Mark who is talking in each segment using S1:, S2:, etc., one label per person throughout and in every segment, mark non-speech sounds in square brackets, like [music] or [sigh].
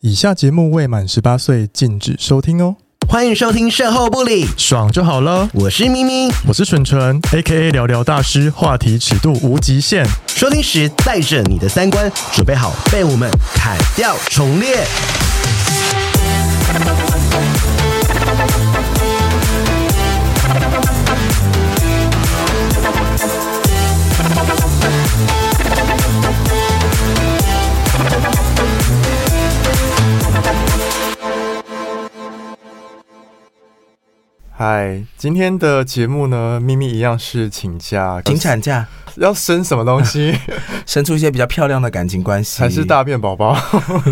S1: 以下节目未满十八岁禁止收听哦，
S2: 欢迎收听《售后不理》，
S1: 爽就好了。
S2: 我是咪咪。
S1: 我是纯纯，A K A 聊聊大师，话题尺度无极限。
S2: 收听时带着你的三观，准备好被我们砍掉重练。
S1: 嗨，今天的节目呢，咪咪一样是请假，
S2: 请产假，
S1: 要生什么东
S2: [laughs]
S1: 西？
S2: 生出一些比较漂亮的感情关系，
S1: 还是？大便宝宝？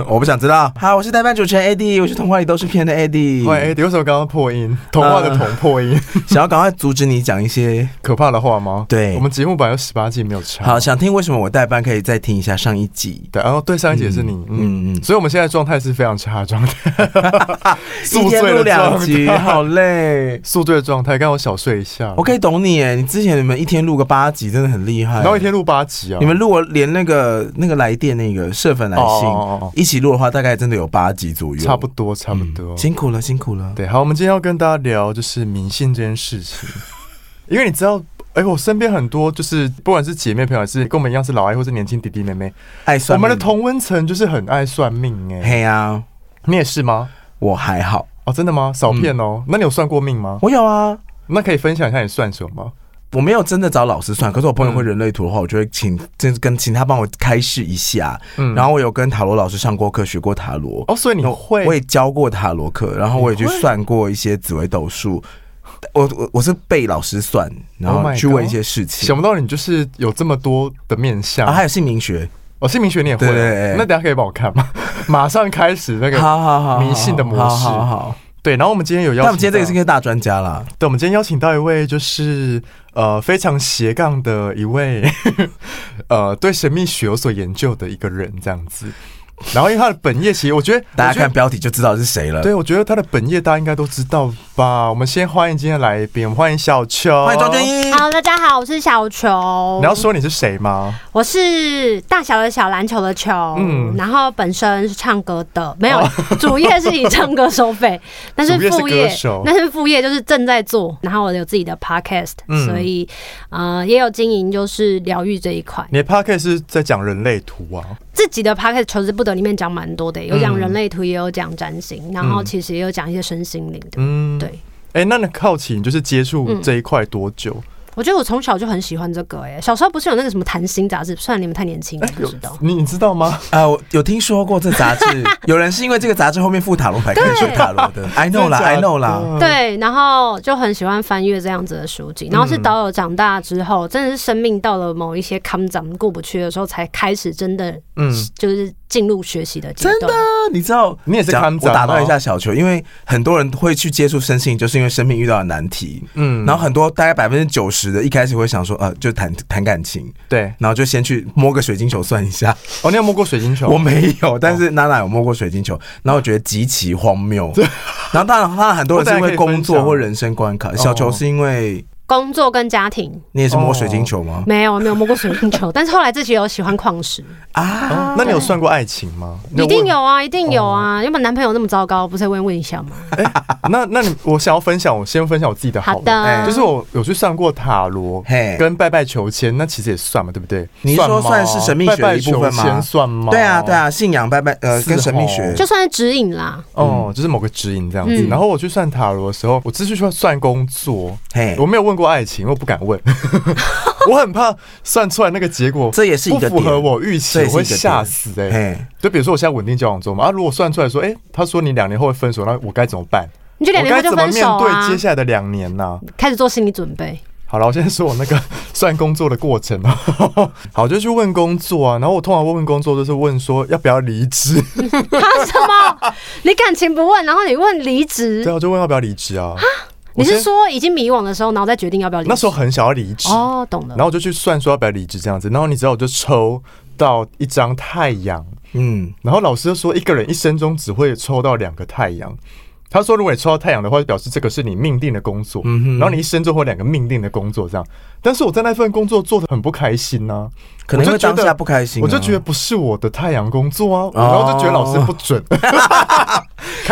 S2: 我不想知道。 [laughs] 好，我是代班主持人 AD，我是童话里都是骗的 AD。
S1: 欢迎 AD，为什么刚刚破音？童话的童破音，
S2: 想要赶快阻止你讲一些。
S1: 可怕的话吗？
S2: 呃对
S1: 我们节目本来有十八季没有唱。
S2: 好，想听为什么我代班，可以再听一下上一集。
S1: 对，然后对上一集也是你，嗯。
S2: 嗯嗯，
S1: 所以我们现在状态是非常差的状态，
S2: 一
S1: 宿
S2: 天
S1: 醉
S2: 录
S1: 的
S2: 两
S1: 状
S2: 集，
S1: 态，
S2: 好累。
S1: 宿醉的状态，刚刚我小睡一下
S2: 我，可以懂你诶，你之前你们一天录个八集，真的很厉害。
S1: 然后一天录八集啊，
S2: 你们如果连那个那个来电那个社粉来信
S1: 哦哦哦
S2: 一起录的话，大概真的有八集啊左右，
S1: 差不多差不多，
S2: 辛苦了，辛苦了。
S1: 对，好，我们今天要跟大家聊就是迷信这件事情，
S2: [laughs]
S1: 因为你知道，哎、我身边很多就是不管是姐妹朋友，还是跟我们一样是老爱或是年轻弟弟妹妹，
S2: 爱
S1: 我
S2: 算
S1: 们的
S2: 命
S1: 同温层就是很爱算命、哎，
S2: 嘿啊，
S1: 你也是吗？
S2: 我还好，
S1: 哦，真的吗？少骗
S2: 嗯
S1: 哦、那你有算过命吗？
S2: 我有啊，
S1: 那可以分享一下你算什么吗？
S2: 我没有真的找老师算，可是我朋友
S1: 嗯
S2: 会人类图的话，我就会请就是跟请他帮我开示一下。
S1: 嗯
S2: 然后我有跟塔罗老师上过课，学过塔罗，
S1: 哦，所以你会
S2: 我也教过塔罗课，然后我也去
S1: 你会
S2: 算过一些紫微斗数。我我我是被老师算，然
S1: Oh
S2: 后
S1: my
S2: 去
S1: God
S2: 问一些事情
S1: 想不到你就是有这么多的面相
S2: 啊，还有姓名学，
S1: 哦，姓名学你也会哦，
S2: 对对对
S1: 那等一下可以帮我看吗？
S2: [laughs]
S1: 马上开始那个
S2: 好好好，
S1: 迷信的模式
S2: 好好好。
S1: 对，然后我们今天有邀
S2: 那
S1: 请到，
S2: 我们今天这个是个大专家啦，
S1: 对，我们今天邀请到一位就是呃非常斜杠的一位 [laughs] 呃对神秘学有所研究的一个人这样子。然后因为他的本业，其实我觉得
S2: 大
S1: 我
S2: 家
S1: 觉得
S2: 看标题就知道是谁了。
S1: 对，我觉得他的本业大家应该都知道吧。我们先欢迎今天的来宾，我们欢迎小秋。
S2: 欢迎庄俊
S1: 哦
S2: 英。
S3: Hello，大家好，我是小球
S1: 你。要说你是谁吗？
S3: 我是大小的小篮球的球，
S1: 嗯哦
S3: 然后本身是唱歌的，没有、 [laughs] 主业是以唱歌
S1: [laughs]
S3: 收费，但是
S1: 主业是
S3: 副
S1: 歌
S3: 业
S1: 手
S3: 但是副业就是正在做，然后我有自己的 podcast，、
S1: 嗯
S3: 所以呃也有经营就是疗愈这一块。
S1: 你的 p o c a s t 是在讲人类图啊，
S3: 自己的 podcast 求之不得里面讲蛮多的，有讲
S1: 嗯
S3: 人类图，也有讲占星，然后其实也有讲一些身心灵的。
S1: 嗯，
S3: 对。
S1: 哎，那你好奇你就是接触
S3: 嗯
S1: 这一块多久？
S3: 我觉得我从小就很喜欢这个、哎，小时候不是有那个什么谈心杂志，虽然你们太年轻，不知道。
S1: 哎你你知道吗？
S2: 啊，我有听说过这
S1: [laughs]
S2: 杂志，有人是因为这个杂志后面附塔罗牌可以学塔罗的。I know
S1: 真的
S2: 啦
S1: 假
S2: ，I
S1: 的
S2: know 啦。，
S3: 对，然后就很喜欢翻阅这样子的书籍，然后是导友长大之后，真的是生命到了某一些坎咱们过不去的时候，才开始真的
S1: 嗯，
S3: 就是进入学习的阶
S2: 真
S3: 段。
S2: 啊你知道，
S1: 你也是
S2: 讲
S1: 看
S2: 我
S1: 展
S2: 打
S1: 吗
S2: 断一下小球，因为很多人会去接触身心，就是因为生命遇到的难题。
S1: 嗯，
S2: 然后很多大概百分之九十的，一开始会想说，呃，就谈谈感情，
S1: 对，
S2: 然后就先去摸个水晶球算一下。
S1: 哦，你有摸过水晶球？
S2: 我没有，但是娜娜有摸过水晶球，然后我觉得极其荒谬。然后当然，当然很多人是因为工作或人生关卡，小球是因为
S3: 工作跟家庭
S2: 你也是摸水晶球吗？
S3: 没有没有摸过水晶球，但是后来自己有喜欢矿石，
S1: 哦
S2: 啊，
S1: 那你有算过爱情吗？你
S3: 一定
S1: 问。
S3: 有啊，一定有啊。原本男朋友那么糟糕，不是会问一下吗？
S1: [laughs] 那那你，我想要分享，我先分享我自己的好
S3: 好
S1: 了
S3: 的，
S1: 就是我有去算过塔罗
S2: 嘿，
S1: 跟拜拜求签，那其实也算嘛，对不对？
S2: 你是说
S1: 吗
S2: 算是神秘学的一部分吗
S1: 拜拜求签算吗？
S2: 对啊，对。啊，信仰拜拜呃
S1: 是
S2: 跟神秘
S1: 哦
S2: 学
S3: 就算是指引啦，
S2: 嗯
S1: 哦，就是某个指引这样子。
S3: 嗯
S1: 然后我去算塔罗的时候，我只是去算工作，
S2: 嘿
S1: 我，没有问过爱情，我不敢
S2: [laughs]
S1: 问，我很怕算出来那个结果
S2: 这也是一
S1: 不
S2: 个
S1: 符合
S2: 点
S1: 我预期，
S2: 这也
S1: 我
S2: 是一
S1: 会
S2: 个点
S1: 吓死哎、
S2: 嘿，
S1: 就比如说我现在稳定交往中嘛，啊，如果算出来说，哎、他说你两年后会分手，那我该怎么办？
S3: 你就两
S1: 我
S3: 年
S1: 该
S3: 后
S1: 怎
S3: 就
S1: 么
S3: 分
S1: 面
S3: 手
S1: 对
S3: 啊
S1: 接，下来的两年呢、
S3: 开始做心理准备。
S1: 好了，我现在说我那个算工作的过程哦。 [laughs] 好，就去问工作啊，然后我通常问问工作，就是问说要不要离职。
S3: 嗯他什么？你感情不问，然后你问离职
S1: 对，啊，我就问要不要离职啊。我
S3: 你是
S1: 先
S3: 说已经迷惘的时候，然后再决定要不要离职？
S1: 那时候很想要离职，
S3: 哦，懂了
S1: 然。后我就去算说要不要离职这样子，然后你知道我就抽到一张太阳，
S2: 嗯，
S1: 然后老师就说一个人一生中只会抽到两个太阳。他说，如果你抽到太阳的话，就表示这个是你命定的工作，
S2: 嗯哼
S1: 然后你一生就会有两个命定的工作这样。但是我在那份工作做的很不开心啊呐、
S2: 可能因为
S1: 我就觉得
S2: 当下不开心啊哦
S1: 我就觉得不是我的太阳工作啊，然后就觉得老师不
S2: [laughs]
S1: 准，开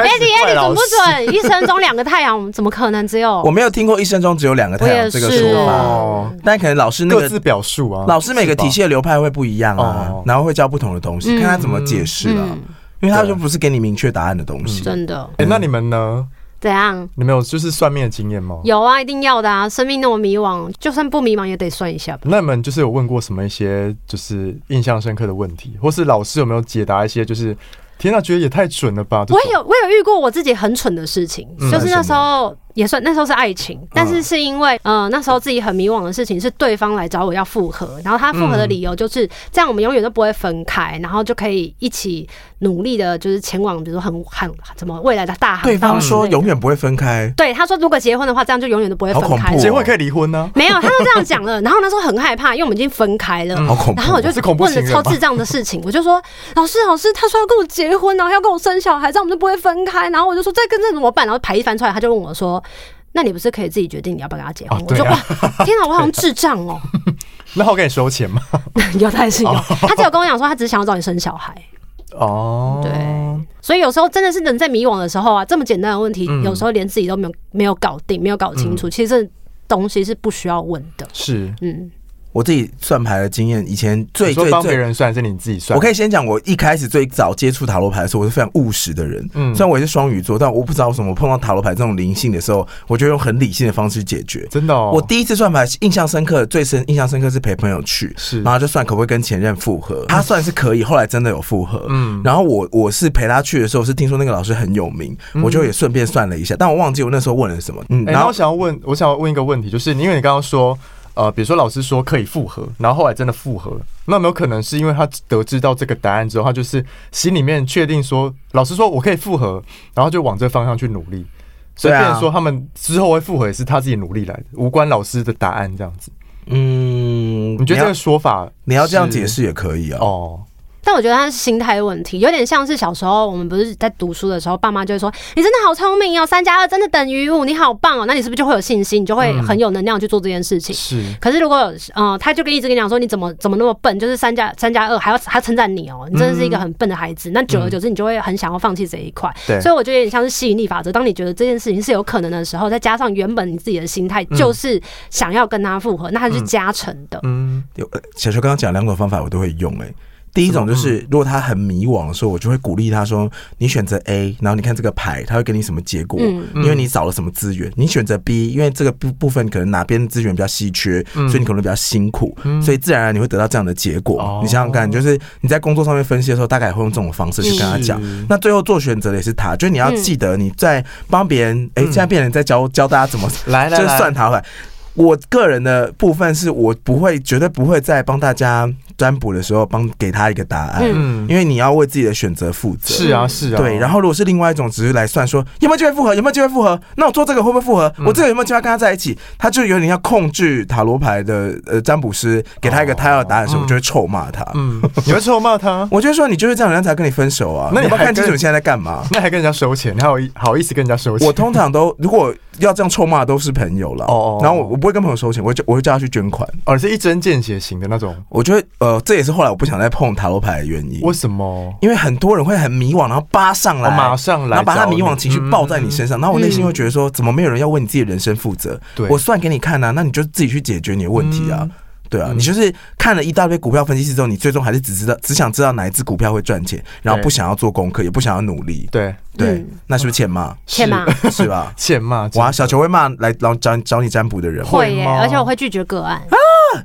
S3: 哎，
S1: 始
S3: 你
S1: 怪
S3: 哎，你准
S1: 老
S3: 不
S1: 师。 [laughs]
S3: 准？一生中两个太阳，怎么可能只有
S2: 我？没有听过一生中只有两个太
S3: 哦我
S2: 阳
S3: 也
S2: 这个
S3: 是
S2: 说法，
S1: 哦，
S2: 但可能老师那
S1: 各自
S2: 个
S1: 表述啊，
S2: 老师每个体
S1: 是吧
S2: 系的流派会不一样啊
S1: 哦，
S2: 然后会教不同的东西，
S3: 嗯
S2: 看他怎么解释了，
S3: 嗯，
S2: 因为他就不是给你明确答案的东西。
S3: 真的
S1: 哎、那你们呢？
S3: 怎样？
S1: 你们有就是算命的经验吗？
S3: 有啊，一定要的啊！生命那么迷惘，就算不迷茫也得算一下吧。
S1: 那你们就是有问过什么一些就是印象深刻的问题，或是老师有没有解答一些就是天啊哪，觉得也太准了吧？这
S3: 我
S1: 种
S3: 也有，我有遇过我自己很蠢的事情，
S1: 嗯
S3: 就是那时候也算那时候是爱情，但是是因为呃那时候自己很迷惘的事情是对方来找我要复合，然后他复合的
S1: 嗯
S3: 理由就是、这样，我们永远都不会分开，然后就可以一起努力的，就是前往比如说很很怎么未来的大航道啊
S2: 对方
S3: 之类
S2: 说
S3: 的
S2: 永远不会分开，
S3: 对他说如果结婚的话，这样就永远都不会分
S2: 好恐
S3: 开
S2: 怖哦
S3: 了。
S1: 结婚可以离婚啊呢、
S3: 没有，他就这样讲了。然后那时候很害怕，因为我们已经分开了。
S2: 好恐怖
S3: 然后我就是
S1: 恐怖
S3: 问
S1: 情
S3: 了
S1: 人
S3: 超
S1: 吧
S3: 智障的事情，我就说老师老师，他说要跟我结婚，然后要跟我生小孩，这样我们就不会分开。然后我就说这跟这怎么办？然后牌一翻出来，他就问我说。那你不是可以自己决定你要不要跟他结婚？
S1: 啊
S3: 我
S1: 对
S3: 就
S1: 啊
S3: 哇，天哪，我好像智障哦、
S1: 那好给你收钱吗？
S3: 有他也是有，他只有跟我讲说，他只是想要找你生小孩。
S1: 哦，
S3: 对所以有时候真的是人在迷惘的时候啊，这么简单的问题，
S1: 嗯
S3: 有时候连自己都没有没有搞定，没有搞清楚，其实这东西是不需要问的。
S1: [laughs] 是。
S3: 嗯，
S2: 我自己算牌的经验，以前最
S1: 你说
S2: 最
S1: 帮别
S2: 最。
S1: 人算还是你自己算？
S2: 我可以先讲，我一开始最早接触塔罗牌的时候，我是非常务实的人。
S1: 嗯
S2: 虽然我也是双鱼座，但我不知道为什么，我碰到塔罗牌这种灵性的时候，我就用很理性的方式解决。
S1: 真的哦，
S2: 我第一次算牌印象深刻，最深印象深刻是陪朋友去，
S1: 是
S2: 然后就算可不可以跟前任复合，他算是可以，后来真的有复合，嗯
S1: 嗯，
S2: 然后我我是陪他去的时候是听说那个老师很有名，我就也顺便算了一下，但我忘记我那时候问了什么，嗯，
S1: 嗯哎、
S2: 然
S1: 然后
S2: 后
S1: 我想要问，我想要问一个问题，就是因为你刚刚说，呃，比如说老师说可以复合，然后后来真的复合，那有没有可能是因为他得知到这个答案之后，他就是心里面确定说，老师说我可以复合，然后就往这方向去努力，所以
S2: 对啊
S1: 变成说他们之后会复合也是他自己努力来的，无关老师的答案这样子。
S2: 嗯，
S1: 你觉得这
S2: 你要
S1: 个说法
S2: 你要这样
S1: 是
S2: 解释也可以啊，
S1: 哦？
S3: 但我觉得他是心态问题，有点像是小时候我们不是在读书的时候，爸妈就会说：“你真的好聪明哦，三加二真的等于五，你好棒哦。”那你是不是就会有信心，你就会很有能量去做这件事情？
S1: 是
S3: 可是如果有呃，他就跟一直跟你讲说你怎么怎么那么笨，就是三加三加二还要还要称赞你哦，你真的是一个很笨的孩子。那久而久之，你就会很想要放弃这一块。
S1: 对
S3: 所以我觉得有点像是吸引力法则。当你觉得这件事情是有可能的时候，再加上原本你自己的心态就是想要跟他复合，那它是加成的。
S1: 嗯，
S2: 有呃小球刚刚讲两种方法我都会用、欸，第一种就是，如果他很迷惘的时候，我就会鼓励他说：“你选择 A，然后你看这个牌，他会给你什么结果？
S3: 嗯
S2: 因为你找了什么资源。你选择 B，因为这个部部分可能哪边资源比较稀缺，所以你可能比较辛苦，所以自然而然你会得到这样的结果。
S1: 哦
S2: 你想想看，就是你在工作上面分析的时候，大概也会用这种方式去跟他讲。
S1: 是
S2: 那最后做选择的也是他，就是你要记得你在帮别人，哎、现在变成在教教大家怎么
S1: 来来
S2: 就是
S1: 来，
S2: 算塔罗牌。我个人的部分是我不会，绝对不会在帮大家占卜的时候帮给他一个答案，
S3: 嗯
S1: 嗯，
S2: 因为你要为自己的选择负责。
S1: 是啊是啊，
S2: 对，然后如果是另外一种，只是来算说有没有机会复合，有没有机会复合，那我做这个会不会复合？
S1: 嗯
S2: 我这个有没有机会跟他在一起？他就有点要控制塔罗牌的呃占卜师给他一个他要的答案的时候，
S1: 哦嗯
S2: 我就会臭骂他。，
S1: 嗯，你会臭骂他 [laughs]
S2: 我就会说你就是这样，人家才跟你分手啊！
S1: 那
S2: 你
S1: 你
S2: 要不要
S1: 还
S2: 看清楚
S1: 跟
S2: 你现在在干嘛？
S1: 那还跟人家收钱，你还有好意思跟人家收钱？
S2: [laughs] 我通常都如果要这样臭骂，都是朋友了。
S1: 哦哦哦
S2: 然后我我不会跟朋友收钱，我会叫我会叫他去捐款。
S1: 而哦是一针见血型的那种，
S2: 我觉得呃，这也是后来我不想再碰塔罗牌的原因，
S1: 为什么？
S2: 因为很多人会很迷惘，然后扒上来，
S1: 哦马上来
S2: 然后把他
S1: 找你嗯
S2: 迷惘情绪抱在你身上，然后我内心会觉得说，怎么没有人要为你自己的人生负责？
S1: 对嗯
S2: 我算给你看啊，那你就自己去解决你的问题啊。对啊，你就是看了一大堆股票分析师之后，你最终还是只知道只想知道哪一只股票会赚钱，然后
S1: 对
S2: 不想要做功课，也不想要努力。
S1: 对，？
S2: 对
S3: 嗯，
S2: 那是不是欠骂？
S3: 天哪，
S2: 是吧
S1: 嗯欠骂。
S2: 哇，小球会骂来找找找你占卜的人吗，
S3: 会
S1: 会
S3: 耶、
S1: 吗
S3: 而且我会拒绝个案。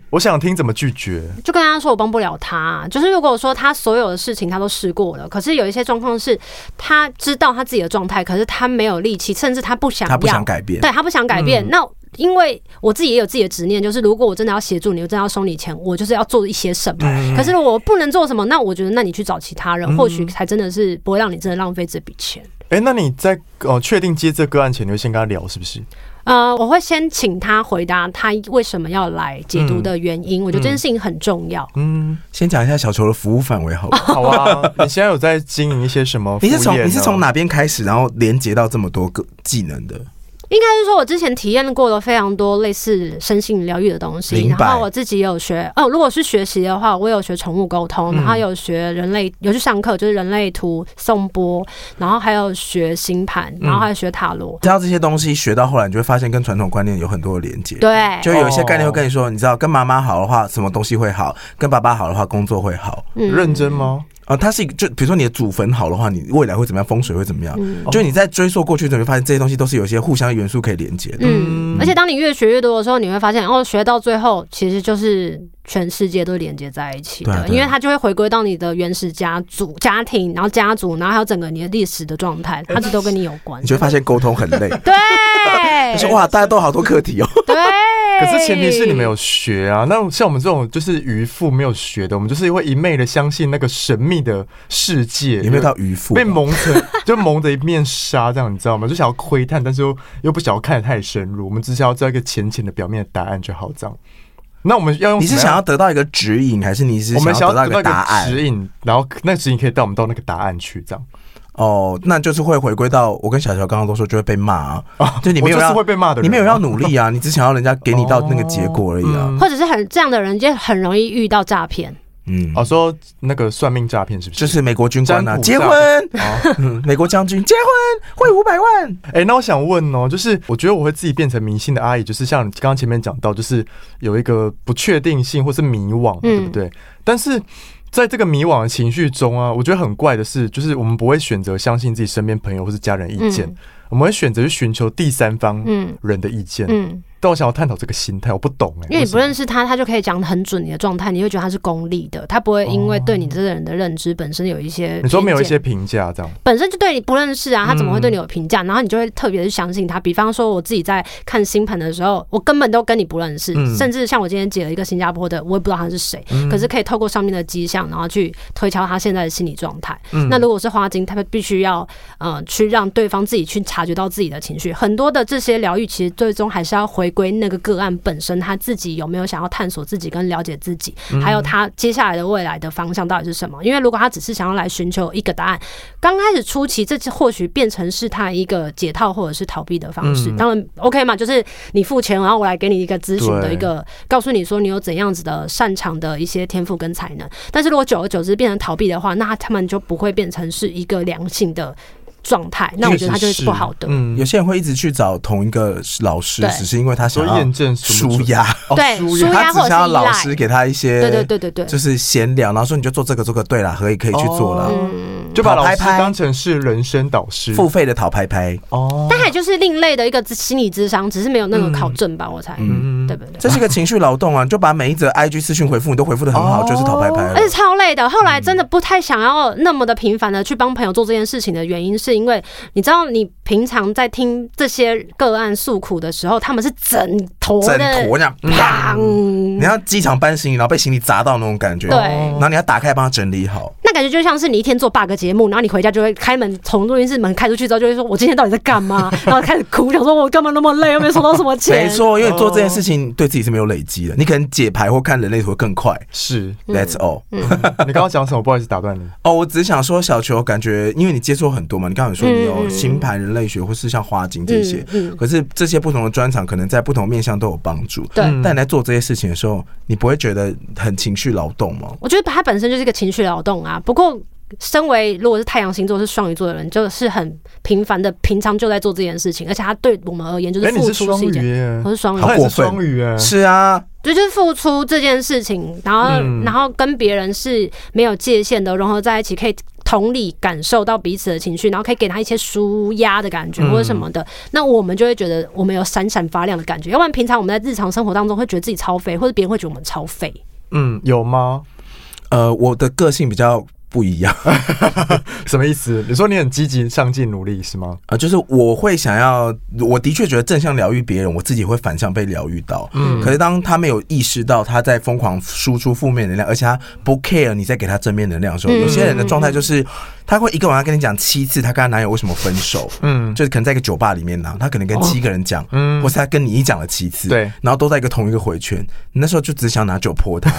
S1: 我想听怎么拒绝。
S3: 就跟他说我帮不了他、啊就是如果说他所有的事情他都试过了，可是有一些状况是他知道他自己的状态，可是他没有力气，甚至他不想要，
S2: 他不想改变。
S3: 对他不想改变。那因为我自己也有自己的执念，就是如果我真的要协助你，我真的要收你钱，我就是要做一些什么。可是我不能做什么，那我觉得那你去找其他人，或许才真的是不会让你真的浪费这笔钱。
S1: 哦哎、那你在呃确定接这个案前，你会先跟他聊是不是？
S3: 呃，我会先请他回答他为什么要来解读的原因，我觉得这件事情很重要。
S2: [laughs]
S1: 嗯，
S2: 先讲一下小球的服务范围好
S3: 哦
S2: 了。
S1: 好啊。你现在有在经营一些什么副
S2: 你
S1: 业呢？
S2: 是从你是从哪边开始，然后连接到这么多个技能的？
S3: 应该是说，我之前体验过了非常多类似身心疗愈的东西，
S2: 明
S3: 然
S2: 白
S3: 后我自己也有学哦。如果是学习的话，我有学宠物
S2: 嗯
S3: 沟通，然后有学人类，有去上课，就是人类图、颂钵，然后还有学星盘，
S2: 嗯
S3: 然后还有学塔罗。
S2: 知道这些东西学到后来，你就会发现跟传统观念有很多的连接。
S3: 对，
S2: 就有一些概念会跟你说，你知道，跟妈妈好的话，什么东西会好；跟爸爸好的话，工作会好。
S3: 嗯，
S1: 认真吗？
S2: 啊，它是一个就比如说你的祖坟好的话，你未来会怎么样，风水会怎么样？
S3: 嗯
S2: 就你在追溯过去，你会发现这些东西都是有一些互相元素可以连接的。
S3: 嗯，而且当你越学越多的时候，你会发现，哦，学到最后其实就是全世界都连接在一起
S2: 对啊
S3: 的，
S2: 对啊
S3: 因为它就会回归到你的原始家族、家庭，然后家族，然后还有整个你的历史的状态，它就都跟你有关
S2: 呃你。就会发现沟通很累，
S3: 对，
S2: 你 [laughs] 说哇，大家都有好多课题哦。
S1: [laughs]
S3: 对，
S1: 可是前提是你们有学啊。那像我们这种就是渔夫没有学的，我们就是会一昧的相信那个神秘的世界，
S2: 有没有到渔夫？
S1: 被蒙着，就蒙着一面纱，这样你知道吗？就想要窥探，但是又又不想要看得太深入。我们只想要知道一个浅浅的表面的答案就好，这样。那我们要用
S2: 你是
S1: 什么
S2: 想
S1: 样
S2: 要得到一个指引，还是你是
S1: 哦我们
S2: 想
S1: 想
S2: 要
S1: 要
S2: 得到
S1: 得
S2: 一个答
S1: 到一个
S2: 案？
S1: 指引，然后那个指引可以带我们到那个答案去，这样。
S2: 哦，那就是会回归到我跟小乔刚刚都说，就会被骂啊，就你没有
S1: 哦我就是
S2: 要
S1: 会被骂的人，
S2: 你没有要努力啊， [laughs] 你只想要人家给你到那个结果而已
S1: 哦
S2: 啊。
S3: 或者是很这样的人，就很容易遇到诈骗。
S2: 嗯，
S1: [laughs] 哦，说那个算命诈骗是不是？哦
S2: 就是美国军官
S1: 占
S2: 啊，
S1: 卜
S2: 结婚，
S1: [laughs]
S2: 嗯美国将军结婚会五百万，
S1: 哎、那我想问哦，就是我觉得我会自己变成迷信的阿姨，就是像你刚刚前面讲到，就是有一个不确定性或是迷惘，对
S3: 嗯
S1: 不对？但是在这个迷惘的情绪中啊，我觉得很怪的是，就是我们不会选择相信自己身边朋友或是家人意见，
S3: 嗯
S1: 我们会选择去寻求第三方
S3: 嗯
S1: 人的意见。
S3: 嗯，
S1: 但我想要探讨这个心态，我不懂哎、
S3: 因为你
S1: 识
S3: 不认识他，他就可以讲得很准你的状态，你会觉得他是功利的，他不会因为对你这个人的认知本身有一些，
S1: 哦你说没有一些评价这样，
S3: 本身就对你不认识啊，他怎么会对你有评价？然后你就会特别去相信他。比方说，我自己在看星盘的时候，我根本都跟你不认识，
S1: 嗯
S3: 甚至像我今天解了一个新加坡的，我也不知道他是谁，可是可以透过上面的迹象，然后去推敲他现在的心理状态。那如果是花精，他们必须要呃去让对方自己去察觉到自己的情绪。很多的这些疗愈，其实最终还是要回归那个个案本身，他自己有没有想要探索自己跟了解自己，
S1: 嗯
S3: 还有他接下来的未来的方向到底是什么。因为如果他只是想要来寻求一个答案，刚开始初期，这次或许变成是他一个解套或者是逃避的方
S1: 嗯
S3: 式。当然 OK 嘛，就是你付钱，然后我来给你一个咨询的
S1: 对
S3: 一个，告诉你说你有怎样子的擅长的一些天赋跟才能。但是如果久而久之变成逃避的话，那他们就不会变成是一个良性的状态。那我觉得他就是不好的。
S1: 嗯
S2: 有，些人会一直去找同一个老师
S3: 对，
S2: 只是因为他想
S1: 说
S2: 要
S1: 验证什么
S2: 舒压，
S1: 哦
S3: 对
S1: 舒
S3: 舒
S1: 压
S3: 压
S2: 他只想要老
S3: 或者是依
S2: 师
S3: 赖
S2: 给他一些
S3: 对对对对对，
S2: 就是闲聊，然后说你就做这个做个对啦，可以可以去做啦。
S1: 哦嗯
S3: 嗯。
S1: 就把老
S2: 拍
S1: 师
S2: 拍
S1: 当成是人生导师
S2: 付费的讨拍拍，
S1: 哦，
S3: 但还就是另类的一个心理智商，只是没有那个考证吧，我猜，
S1: 嗯
S3: 对不对？
S2: 这是一个情绪劳动啊！你就把每一则 IG 私讯回复，你都回复的很好，
S1: 哦
S2: 就是讨拍拍了
S3: 而且。超累的。后
S2: 嗯
S3: 来真的不太想要那么的频繁的去帮朋友做这件事情的原因，是因为你知道，你平常在听这些个案诉苦的时候，他们是整坨
S2: 整
S3: 的
S2: 坨这样，啪！
S3: 砰
S2: 你要机场搬行李，然后被行李砸到那种感觉。
S3: 对
S2: 然后你要打开帮他整理好。
S3: 那感觉就像是你一天做 bug 节目，然后你回家就会开门，从录音室门开出去之后，就会说：“我今天到底在干嘛？”然后开始哭，想说：“我干嘛那么累？又没收到什
S2: [laughs]
S3: 么
S2: 没
S3: 钱。”
S2: 错，因为做这件事情对自己是没有累积的，你可能解牌或看人类图会更快。
S1: 是
S3: 嗯
S2: That's all。
S1: 你刚刚讲什么？不好意思打断你。
S2: 哦，我只是想说，小球感觉，因为你接触很多嘛，你刚才有说你有
S3: 嗯
S2: 星盘、人类学或是像花精这些，
S3: 嗯嗯
S2: 可是这些不同的专长，可能在不同面向都有帮助。
S3: 对
S1: 嗯
S2: 但你在做这些事情的时候，你不会觉得很情绪劳动吗？
S3: 我觉得它本身就是一个情绪劳动啊。不过，身为如果是太阳星座是双鱼座的人，就是很频繁的平常就在做这件事情，而且他对我们而言就是
S1: 哎，你
S3: 付
S1: 是
S3: 出
S1: 双
S3: 是一
S1: 鱼
S3: 件，
S1: 耶，
S3: 我是双鱼
S2: 好
S1: 好，
S3: 座，
S2: 过
S1: 过
S2: 分
S1: 分，双鱼耶，
S2: 是啊，
S3: 对就是付出这件事情，然后、
S1: 嗯
S3: 然后跟别人是没有界限的，融合在一起，可以同理感受到彼此的情绪，然后可以给他一些舒压的感觉
S1: 嗯
S3: 或者什么的，那我们就会觉得我们有闪闪发亮的感觉。要不然平常我们在日常生活当中会觉得自己超废，或者别人会觉得我们超废。
S1: 嗯，有吗？
S2: 呃，我的个性比较不一样 [laughs]
S1: 什么意思？你说你很积极上进努力是吗？
S2: 啊，就是我会想要，我的确觉得正向疗愈别人，我自己会反向被疗愈到。嗯，可是当他没有意识到他在疯狂输出负面能量，而且他不 care 你在给他正面能量的时候，
S3: 嗯
S2: 有些人的状态就是她会一个晚上跟你讲七次她跟她男友为什么分手，
S1: 嗯，
S2: 就是可能在一个酒吧里面呢，她可能跟七个人讲，
S1: 嗯
S2: 或是她跟你讲了七次，
S1: 对
S2: 然后都在一个同一个回圈，你那时候就只想拿酒泼她，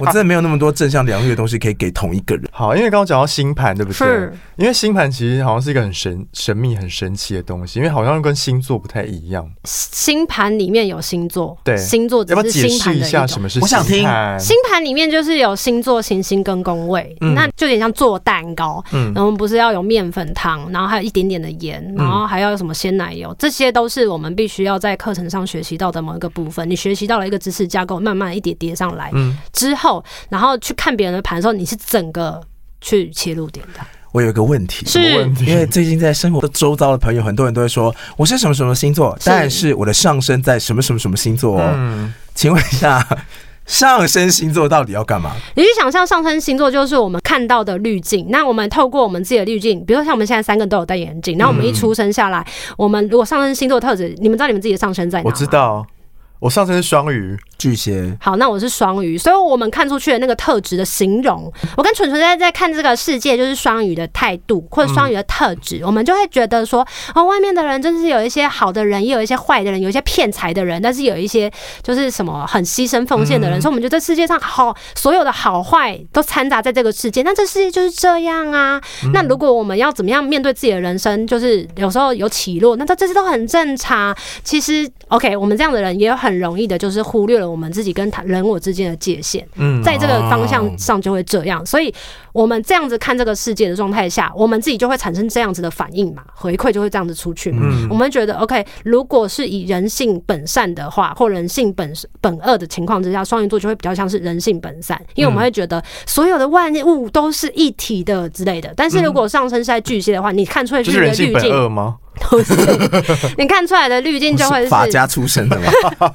S2: 我真的没有那么多正向疗愈的东西可以给同一个人。
S1: 好，因为刚刚讲到星盘，对不对
S3: 是？
S1: 因为星盘其实好像是一个很神、神秘、很神奇的东西，因为好像跟星座不太一样。
S3: 星盘里面有星座，
S1: 对
S3: 星座只
S1: 要不要
S3: 是
S1: 解
S3: 星
S1: 释
S3: 盘
S1: 一
S3: 的
S1: 下
S3: 一
S1: 什
S3: 种。
S1: 么是
S2: 我想
S1: 星
S2: 听
S1: 盘？
S3: 星盘里面就是有星座、行星跟宫位，
S1: 嗯
S3: 那就有点像做蛋糕。
S1: 嗯
S3: 然后我们不是要有面粉糖，然后还有一点点的盐，然后还要有什么鲜奶油，这些都是我们必须要在课程上学习到的某一个部分。你学习到了一个知识架构，慢慢一叠叠上来
S1: 嗯，
S3: 之后，然后去看别人的盘的时候，你是整个去切入点的。
S2: 我有一个问题，
S1: 什么问
S2: [laughs] 因为
S1: 题？
S2: 最近在生活的周遭的朋友，很多人都会说我是什么什么星座，
S3: 是
S2: 但是我的上升在什么什么什么星座、哦。
S1: 嗯，
S2: 请问一下，上升星座到底要干嘛？
S3: 你去想象上升星座就是我们看到的滤镜，那我们透过我们自己的滤镜，比如说像我们现在三个都有戴眼镜，那我们
S1: 嗯
S3: 一出生下来，我们如果上升星座特质，你们知道你们自己的上升在哪吗？
S1: 我知。道，我上身是双鱼，
S2: 巨蟹，
S3: 好，那我是双鱼，所以我们看出去的那个特质的形容，我跟纯纯在在看这个世界，就是双鱼的态度或者双鱼的特质，我们就会觉得说，哦，外面的人真是有一些好的人，也有一些坏的人，有一些骗财的人，但是有一些就是什么很牺牲奉献的人，所以我们觉得这世界上好所有的好坏都掺杂在这个世界，那这世界就是这样啊。那如果我们要怎么样面对自己的人生，就是有时候有起落，那这这些都很正常。其实，OK，我们这样的人也有很容易的，就是忽略了我们自己跟他人我之间的界限，
S1: 嗯，
S3: 在这个方
S2: 哦
S3: 向上就会这样。所以，我们这样子看这个世界的状态下，我们自己就会产生这样子的反应嘛，回馈就会这样子出去嘛。
S1: 嗯
S3: 我们会觉得 OK，如果是以人性本善的话，或人性本本恶的情况之下，双鱼座就会比较像是人性本
S1: 嗯
S3: 善，因为我们会觉得所有的万物都是一体的之类的。但是如果上升是在巨蟹的话，你看出来
S1: 嗯就
S3: 就是是你
S1: 人性
S3: 的滤
S1: 本
S3: 镜，
S1: 恶吗？
S3: 不是你看出来的滤镜就会
S2: 是
S3: 是
S2: 法家出身
S3: [laughs]
S2: 的吗？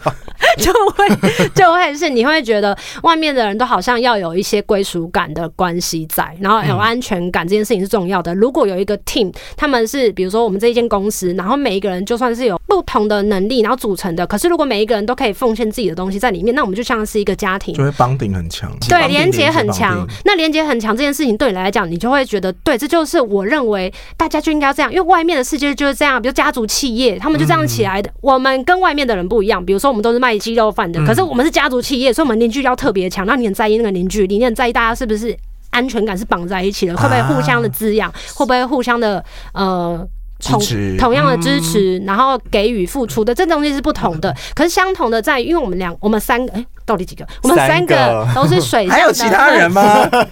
S3: 就会 [laughs] 就会是你会觉得外面的人都好像要有一些归属感的关系在，然后有安全感这件事情是重要的。如果有一个 team，他们是比如说我们这一间公司，然后每一个人就算是有不同的能力，然后组成的，可是如果每一个人都可以奉献自己的东西在里面，那我们就像是一个家庭
S2: 就。会绑定很强，
S3: 对，
S2: 绑定
S3: 连接
S2: 绑
S3: 很
S2: 定
S3: 强。那连接很强这件事情对你来讲，你就会觉得，对，这就是我认为大家就应该要这样，因为外面的世界就是这样，比如家族企业，他们就这样
S2: 嗯
S3: 起来的。我们跟外面的人不一样，比如说我们都是卖鸡肉饭的，
S2: 嗯
S3: 可是我们是家族企业，所以我们凝聚力要特别强，让你很在意那个凝聚力，你很在意大家是不是。安全感是绑在一起的，会不会互相的滋养？会不会互相的呃
S2: 啊支
S3: 同
S2: 持嗯
S3: 同样的支持，然后给予付出的这东西是不同的。可是相同的在于，因为我们两我们三个，哎、到底几个？我们
S1: 三
S3: 三
S1: 个
S3: 个都是水象
S2: [laughs] 还有
S3: 的
S2: 其他人吗？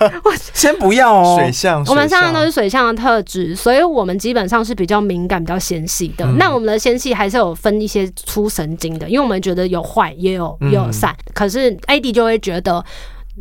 S3: [laughs]
S2: 先不要哦，
S1: 水象，
S3: 我们
S1: 水象
S3: 上岸都是水象的特质，所以我们基本上是比较敏感、比较纤细的。
S1: 嗯
S3: 那我们的纤细还是有分一些粗神经的，因为我们觉得有坏也有
S1: 嗯
S3: 也有善。可是 AD 就会觉得，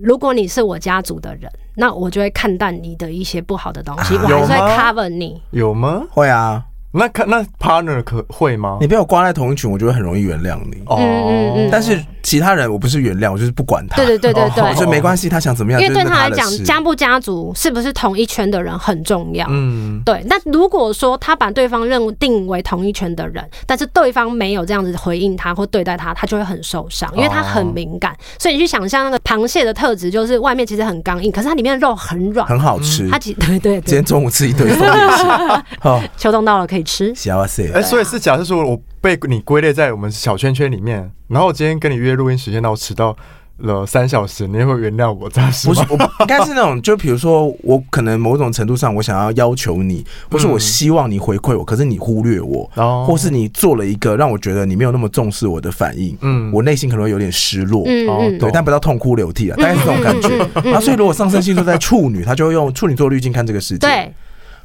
S3: 如果你是我家族的人，那我就会看淡你的一些不好的东西，
S2: 啊
S3: 我还是会
S1: 有吗
S3: cover 你。
S1: 有吗？
S2: 会啊，
S1: 那看那 partner 可会吗
S2: 你？被我挂在同一群，我就会很容易原谅你。
S1: 哦
S3: 嗯嗯嗯
S2: 但是其他人我不是原谅，我就是不管他。
S3: 对对对对对。
S1: 哦
S2: 我说没关系，他想怎么样，
S3: 因为对
S2: 就是
S3: 他来
S2: 的
S3: 讲
S2: 事，
S3: 家不家族是不是同一圈的人很重要。
S1: 嗯，
S3: 对，那如果说他把对方认定为同一圈的人，但是对方没有这样子回应他或对待他，他就会很受伤，因为他很敏感。所以你去想象那个螃蟹的特质，就是外面其实很刚硬，可是它里面的肉很软。
S2: 很好吃。
S3: 它其对
S2: 今
S3: 对对
S2: 天，中午吃一堆饭也 [laughs] 是，好，
S3: 秋冬到了可以吃。
S2: 幸せ。
S1: 哎，所以是假设说我被你归类在我们小圈圈里面，然后我今天跟你约录音时间，那我迟到了三小时，你也会原谅我这样
S2: 不
S1: 吗
S2: 是，我应该是那种，就比如说，我可能某种程度上，我想要要求你，或是我希望你回馈我，可是你忽略我，
S1: 哦
S2: 或是你做了一个让我觉得你没有那么重视我的反应，
S1: 嗯
S2: 我内心可能会有点失落，
S3: 嗯
S1: 哦
S3: 嗯，
S2: 对，但不到痛哭流涕啊，大概是这种感觉。然后，所以如果上升星座在处女，他就会用处女座滤镜看这个世界。，
S3: 对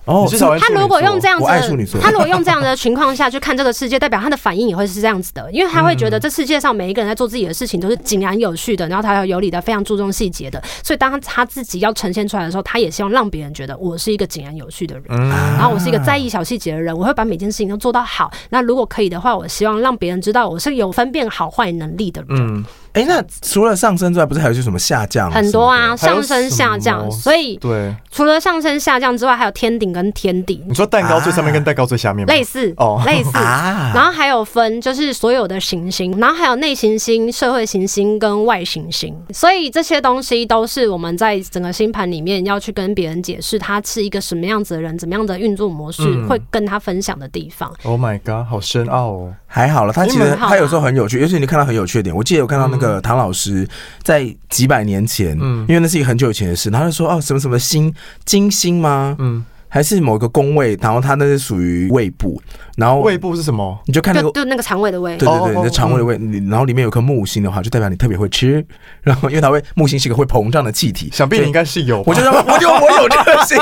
S2: 哦
S1: 你，是讨厌
S3: 他
S1: 处女
S3: 如果
S1: 座
S3: 用这样子
S2: 我爱处女座
S3: 的，他如果用这样的情况下去看这个世界，代表他的反应也会是这样子的，因为他会
S1: 嗯
S3: 觉得这世界上每一个人在做自己的事情都是井然有序的，然后他要有理的，非常注重细节的，所以当他他自己要呈现出来的时候，他也希望让别人觉得我是一个井然有序的人。
S1: 嗯
S3: 然后我是一个在意小细节的人，我会把每件事情都做到好。那如果可以的话，我希望让别人知道我是有分辨好坏能力的人。
S1: 嗯，
S2: 哎、那除了上升之外，不是还有些什么下降？
S3: 很多
S1: [laughs]
S3: 啊，
S1: 还有
S3: 上升下
S1: 什么
S3: 降，所以
S1: 对，
S3: 除了上升下降之外，还有天顶跟天底，
S1: 你说蛋糕最上面跟蛋糕最下面吗？
S3: 类似
S1: 哦，
S3: 类似。
S2: 啊，
S3: 然后还有分，就是所有的行星，然后还有内行星、社会行星跟外行星，所以这些东西都是我们在整个星盘里面要去跟别人解释，他是一个什么样子的人，怎么样的运作模式，
S1: 嗯
S3: 会跟他分享的地方。
S1: Oh my god，好深奥哦！
S2: 还好了，他其
S1: 因为
S2: 实
S3: 很好啊
S2: 他有时候很有趣，尤其你看到很有趣的点。我记得有看到那个唐老师在几百年前，
S1: 嗯
S2: 因为那是一个很久以前的事，然后他就说哦什么什么星金星吗？
S1: 嗯，
S2: 还是某个宫位？然后他那是属于胃部，然后
S1: 胃部是什么？
S2: 你就看那个
S3: 就就那个肠胃的胃，
S2: 对对对，
S1: 哦
S2: 你的肠胃的胃，你然后里面有颗木星的话，就代表你特别会吃。然后因为它会木星是一个会膨胀的气体，
S1: 想必你应该是有吧。
S2: 我就
S1: [laughs]
S2: 让我就我有这个心，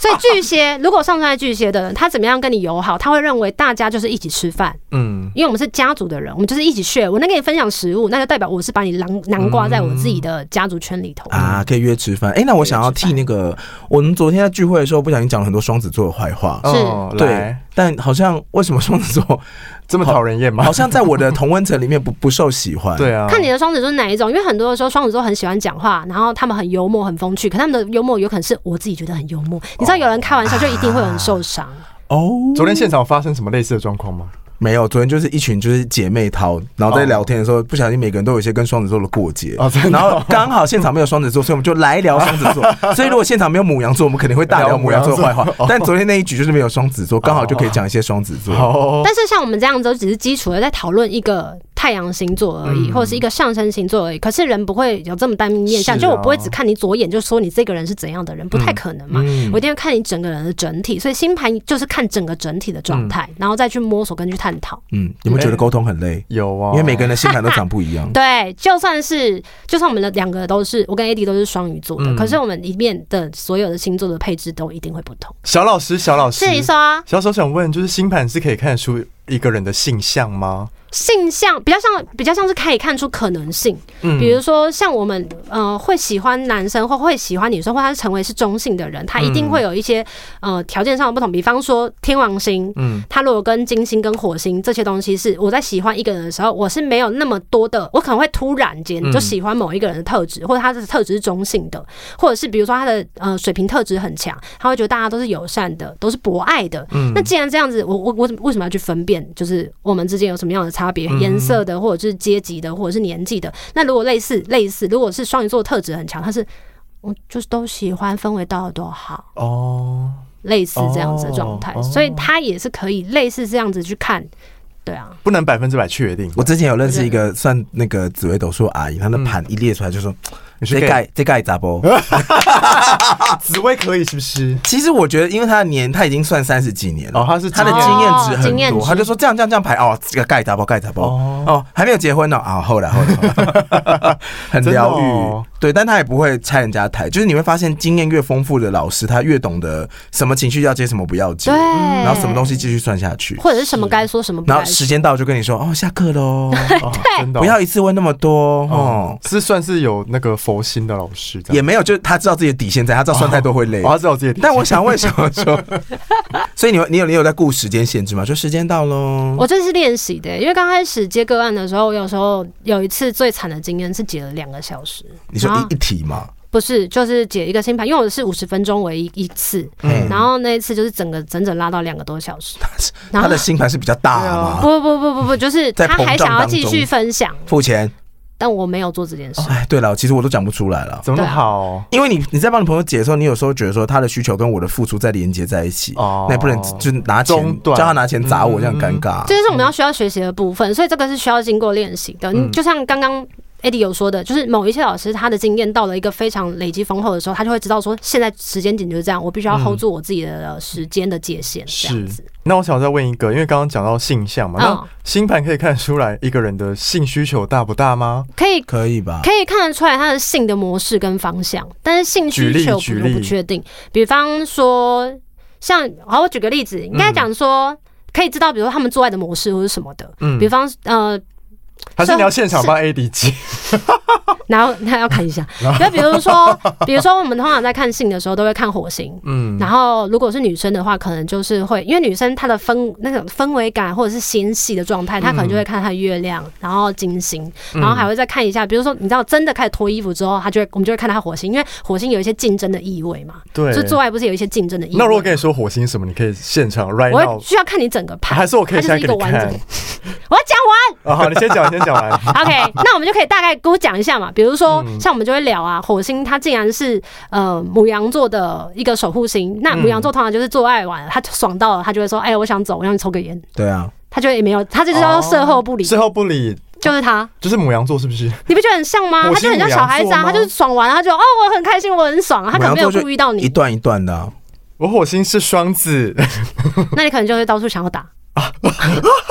S3: 所以巨蟹如果上升在巨蟹的人，他怎么样跟你友好，他会认为大家就是一起吃饭，
S1: 嗯，
S3: 因为我们是家族的人，我们就是一起 share。我能跟你分享食物，那就代表我是把你囊囊括在我自己的家族圈里头。
S2: 啊，可以约吃饭。哎、那我想要替那个，我们昨天在聚会的时候不小心讲了很多双子座的坏话。
S3: 是
S1: 哦
S2: 对
S1: 来，
S2: 但好像为什么双子
S1: [laughs]
S2: 座
S1: 这么讨人厌吗
S2: 好？像在我的同温层里面不不受喜欢？
S1: 对，啊，
S3: 看你的双子座是哪一种，因为很多的时候双子座很喜欢讲话，然后他们很幽默、很风趣，可他们的幽默有可能是我自己觉得很幽默。你知道有人开玩笑就一定会有人受伤，
S2: 哦，
S1: 昨天现场有发生什么类似的状况吗？
S2: 没有，昨天就是一群就是姐妹淘，然后在
S1: 哦
S2: 聊天的时候，不小心每个人都有一些跟双子座的过节，
S1: 哦真的
S2: 然后刚好现场没有双子座，所以我们就来聊双子
S1: [laughs]
S2: 座。所以如果现场没有母羊座，我们肯定会大聊母羊座的坏
S1: 聊
S2: 话
S1: 母羊。座
S2: 但昨天那一局就是没有双子座，刚好就可以讲一些双子座。
S1: 好，
S3: 但是像我们这样子，只是基础的在讨论一个太阳星座而已，
S1: 嗯
S3: 或者是一个上升星座而已。可是人不会有这么单一面相，
S1: 是啊
S3: 就我不会只看你左眼就说你这个人是怎样的人，不太可能嘛。
S2: 嗯
S3: 我一定要看你整个人的整体，所以星盘就是看整个整体的状态，
S1: 嗯
S3: 然后再去摸索跟去探讨。。
S2: 嗯，有没有觉得沟通很累？
S1: 有啊，
S2: 因为每个人的星盘都长不
S1: [laughs]
S2: 一样
S3: 对，就算是就算我们的两个都是我跟 AD 都是双鱼座的，
S1: 嗯
S3: 可是我们里面的所有的星座的配置都一定会不同。
S1: 小老师，小老师
S3: 是，你说啊
S1: 小手想问，就是星盘是可以看得出一个人的性向吗？
S3: 性向比较像比较像是可以看出可能性，
S1: 嗯
S3: 比如说像我们呃会喜欢男生或会喜欢女生，或他是成为是中性的人，他一
S1: 嗯
S3: 定会有一些、呃条件上的不同，比方说天王星。
S1: 嗯，
S3: 他如果跟金星、跟火星这些东西是我在喜欢一个人的时候，我是没有那么多的，我可能会突然间
S1: 嗯
S3: 就喜欢某一个人的特质，或者他的特质是中性的，或者是比如说他的呃水平特质很强，他会觉得大家都是友善的，都是博爱的。
S1: 嗯
S3: 那既然这样子，我我我为什么要去分辨？就是我们之间有什么样的差别，
S1: 嗯
S3: 颜色的，或者是阶级的，或者是年纪的。那如果类似类似，如果是双鱼座特质很强，他是我就是都喜欢，氛围到的都好。
S1: 哦，
S3: 类似这样子的状态，
S1: 哦哦
S3: 所以他也是可以类似这样子去看，对啊，
S1: 不能百分之百确定。
S2: 我之前有认识一个算那个紫微斗数阿姨，她那盘一列出来就说
S1: 嗯你
S2: 这
S1: 是
S2: 盖
S1: gay，
S2: 这盖咋不？
S1: 啊紫薇可以是不是？
S2: 其实我觉得，因为他的年他已经算三十几年了，
S1: 哦他是
S2: 他的
S1: 经
S2: 经
S1: 验
S2: 验值
S3: 哦经
S2: 很
S3: 验
S2: 多，
S3: 值
S2: 他就说这样这样这样排哦，这个盖杂包盖杂包
S1: 哦
S2: 哦，还没有结婚呢啊，后来后来后来， [laughs] 很
S1: 真的
S2: 疗
S1: 哦
S2: 愈，对，但他也不会拆人家台，就是你会发现经验越丰富的老师，他越懂得什么情绪要接，什么不要接
S3: 对，，
S2: 嗯然后什么东西继续算下去，
S3: 或者是什么该说什么不
S2: 然
S3: 该
S2: 后时
S3: 说，
S2: 间到就跟你说哦，下
S1: [laughs]
S2: 课喽，
S1: 哦真的哦
S2: 不要一次问那么多哦
S1: 哦，，是算是有那个佛心的老师这
S2: 也
S1: 样，
S2: 没有，就是他知道自己的底线在，他知道算太
S1: 哦
S2: 多会累
S1: 我，要知道自己的底
S2: [laughs] 但我想
S1: [laughs]
S2: 问小
S3: 啊
S2: 说， [laughs] 所以你有你有你有在顾时间限制吗？就时间到喽。
S3: 我这是练习的，因为刚开始接个案的时候，我有时候有一次最惨的经验是解了两个小时，
S2: 你说
S3: 然后
S2: 一一题嘛，
S3: 不是就是解一个星盘，因为我是五十分钟为一一次，
S2: 嗯
S3: 然后那一次就是整个整整拉到两个多小时，
S2: [laughs] 他
S3: 然后啊
S2: 的星盘是比较大嘛，
S3: 不不不不不，就是
S2: 在
S3: 他
S2: 膨
S3: 还
S2: 胀
S3: 想要
S2: 当
S3: 继
S2: 中
S3: 续分享，
S2: 付钱。
S3: 但我没有做这件事，
S2: 哎，对了，其实我都讲不出来了
S1: 线，怎么那
S3: 对
S1: 么
S3: 啊
S1: 好？
S2: 因为你你在帮你朋友解的时候，你有时候觉得说他的需求跟我的付出在连接在一起，
S1: 哦
S2: 那也不能就拿
S1: 中
S2: 钱叫
S1: 断
S2: 他拿钱砸我，这样尴尬
S3: 这。就是我们要需要学习的部分，所以这个是需要经过练习的。
S1: 嗯
S3: 你就像刚刚 Eddie 有说的，就是某一些老师他的经验到了一个非常累积丰厚的时候，他就会知道说，现在时间点就是这样，我必须要
S1: 嗯
S3: hold 住我自己的时间的界限，这样子。
S1: 那我想再问一个，因为刚刚讲到性向嘛，
S3: 嗯
S1: 那星盘可以看得出来一个人的性需求大不大吗？
S3: 可以
S2: 可以吧？
S3: 可以看得出来他的性的模式跟方向，但是性需
S1: 举例
S3: 求
S1: 举
S3: 不我
S1: 例
S3: 不确定。比方说，像好，我举个例
S1: 嗯
S3: 子，应该讲说、可以知道，比如说他们做爱的模式或者什么的。
S1: 嗯
S3: 比方呃，
S1: 还是你要现场帮 AD 记？
S3: 然后那要看一下，就比如说， [laughs] 比如说我们通常在看性的时候都会看火星，
S1: 嗯，
S3: 然后如果是女生的话，可能就是会，因为女生她的氛那种氛围感或者是纤细的状态，她可能就会看她月亮，
S1: 嗯
S3: 然后金星，然后还会再看一下，比如说你知道真的开始脱衣服之后，她就会我们就会看她火星，因为火星有一些竞争的意味嘛，
S1: 对
S3: 就做爱不是有一些竞争的意味。
S1: 那如果跟你说火星什么，你可以现场 right
S3: 我会
S1: now，
S3: 需要看你整个牌，
S1: 还是我可以
S3: 它就
S1: 现在
S3: 是一
S1: 给
S3: 个
S1: 你
S3: 完
S1: 看
S3: 整。？我要讲完。
S1: 啊，好，你先讲，先讲
S3: [laughs]
S1: 完。 [laughs]
S3: OK，那我们就可以大概跟我讲一下嘛，比如说、
S1: 嗯
S3: 像我们就会聊啊，火星它竟然是呃母羊座的一个守护星，
S1: 嗯
S3: 那母羊座通常就是做爱完，他爽到了，他就会说，哎、我想走，我让你抽个烟，
S2: 对啊，
S3: 他就也没有，他就
S1: 哦
S3: 叫做事后不理，
S1: 事后不理，
S3: 就是他，
S1: 就是母羊座是不是？
S3: 你不觉得很像吗？
S1: 火
S3: 他
S1: 星
S3: 就很像小孩子啊，
S1: 母羊座吗
S3: 他就是爽完，他就哦我很开心，我很爽，啊，他可能没有
S2: 母羊座就
S3: 注意到
S2: 一
S3: 你，
S2: 段一段的啊，
S1: 我火星是双子， [laughs]
S3: 那你可能就会到处想要打。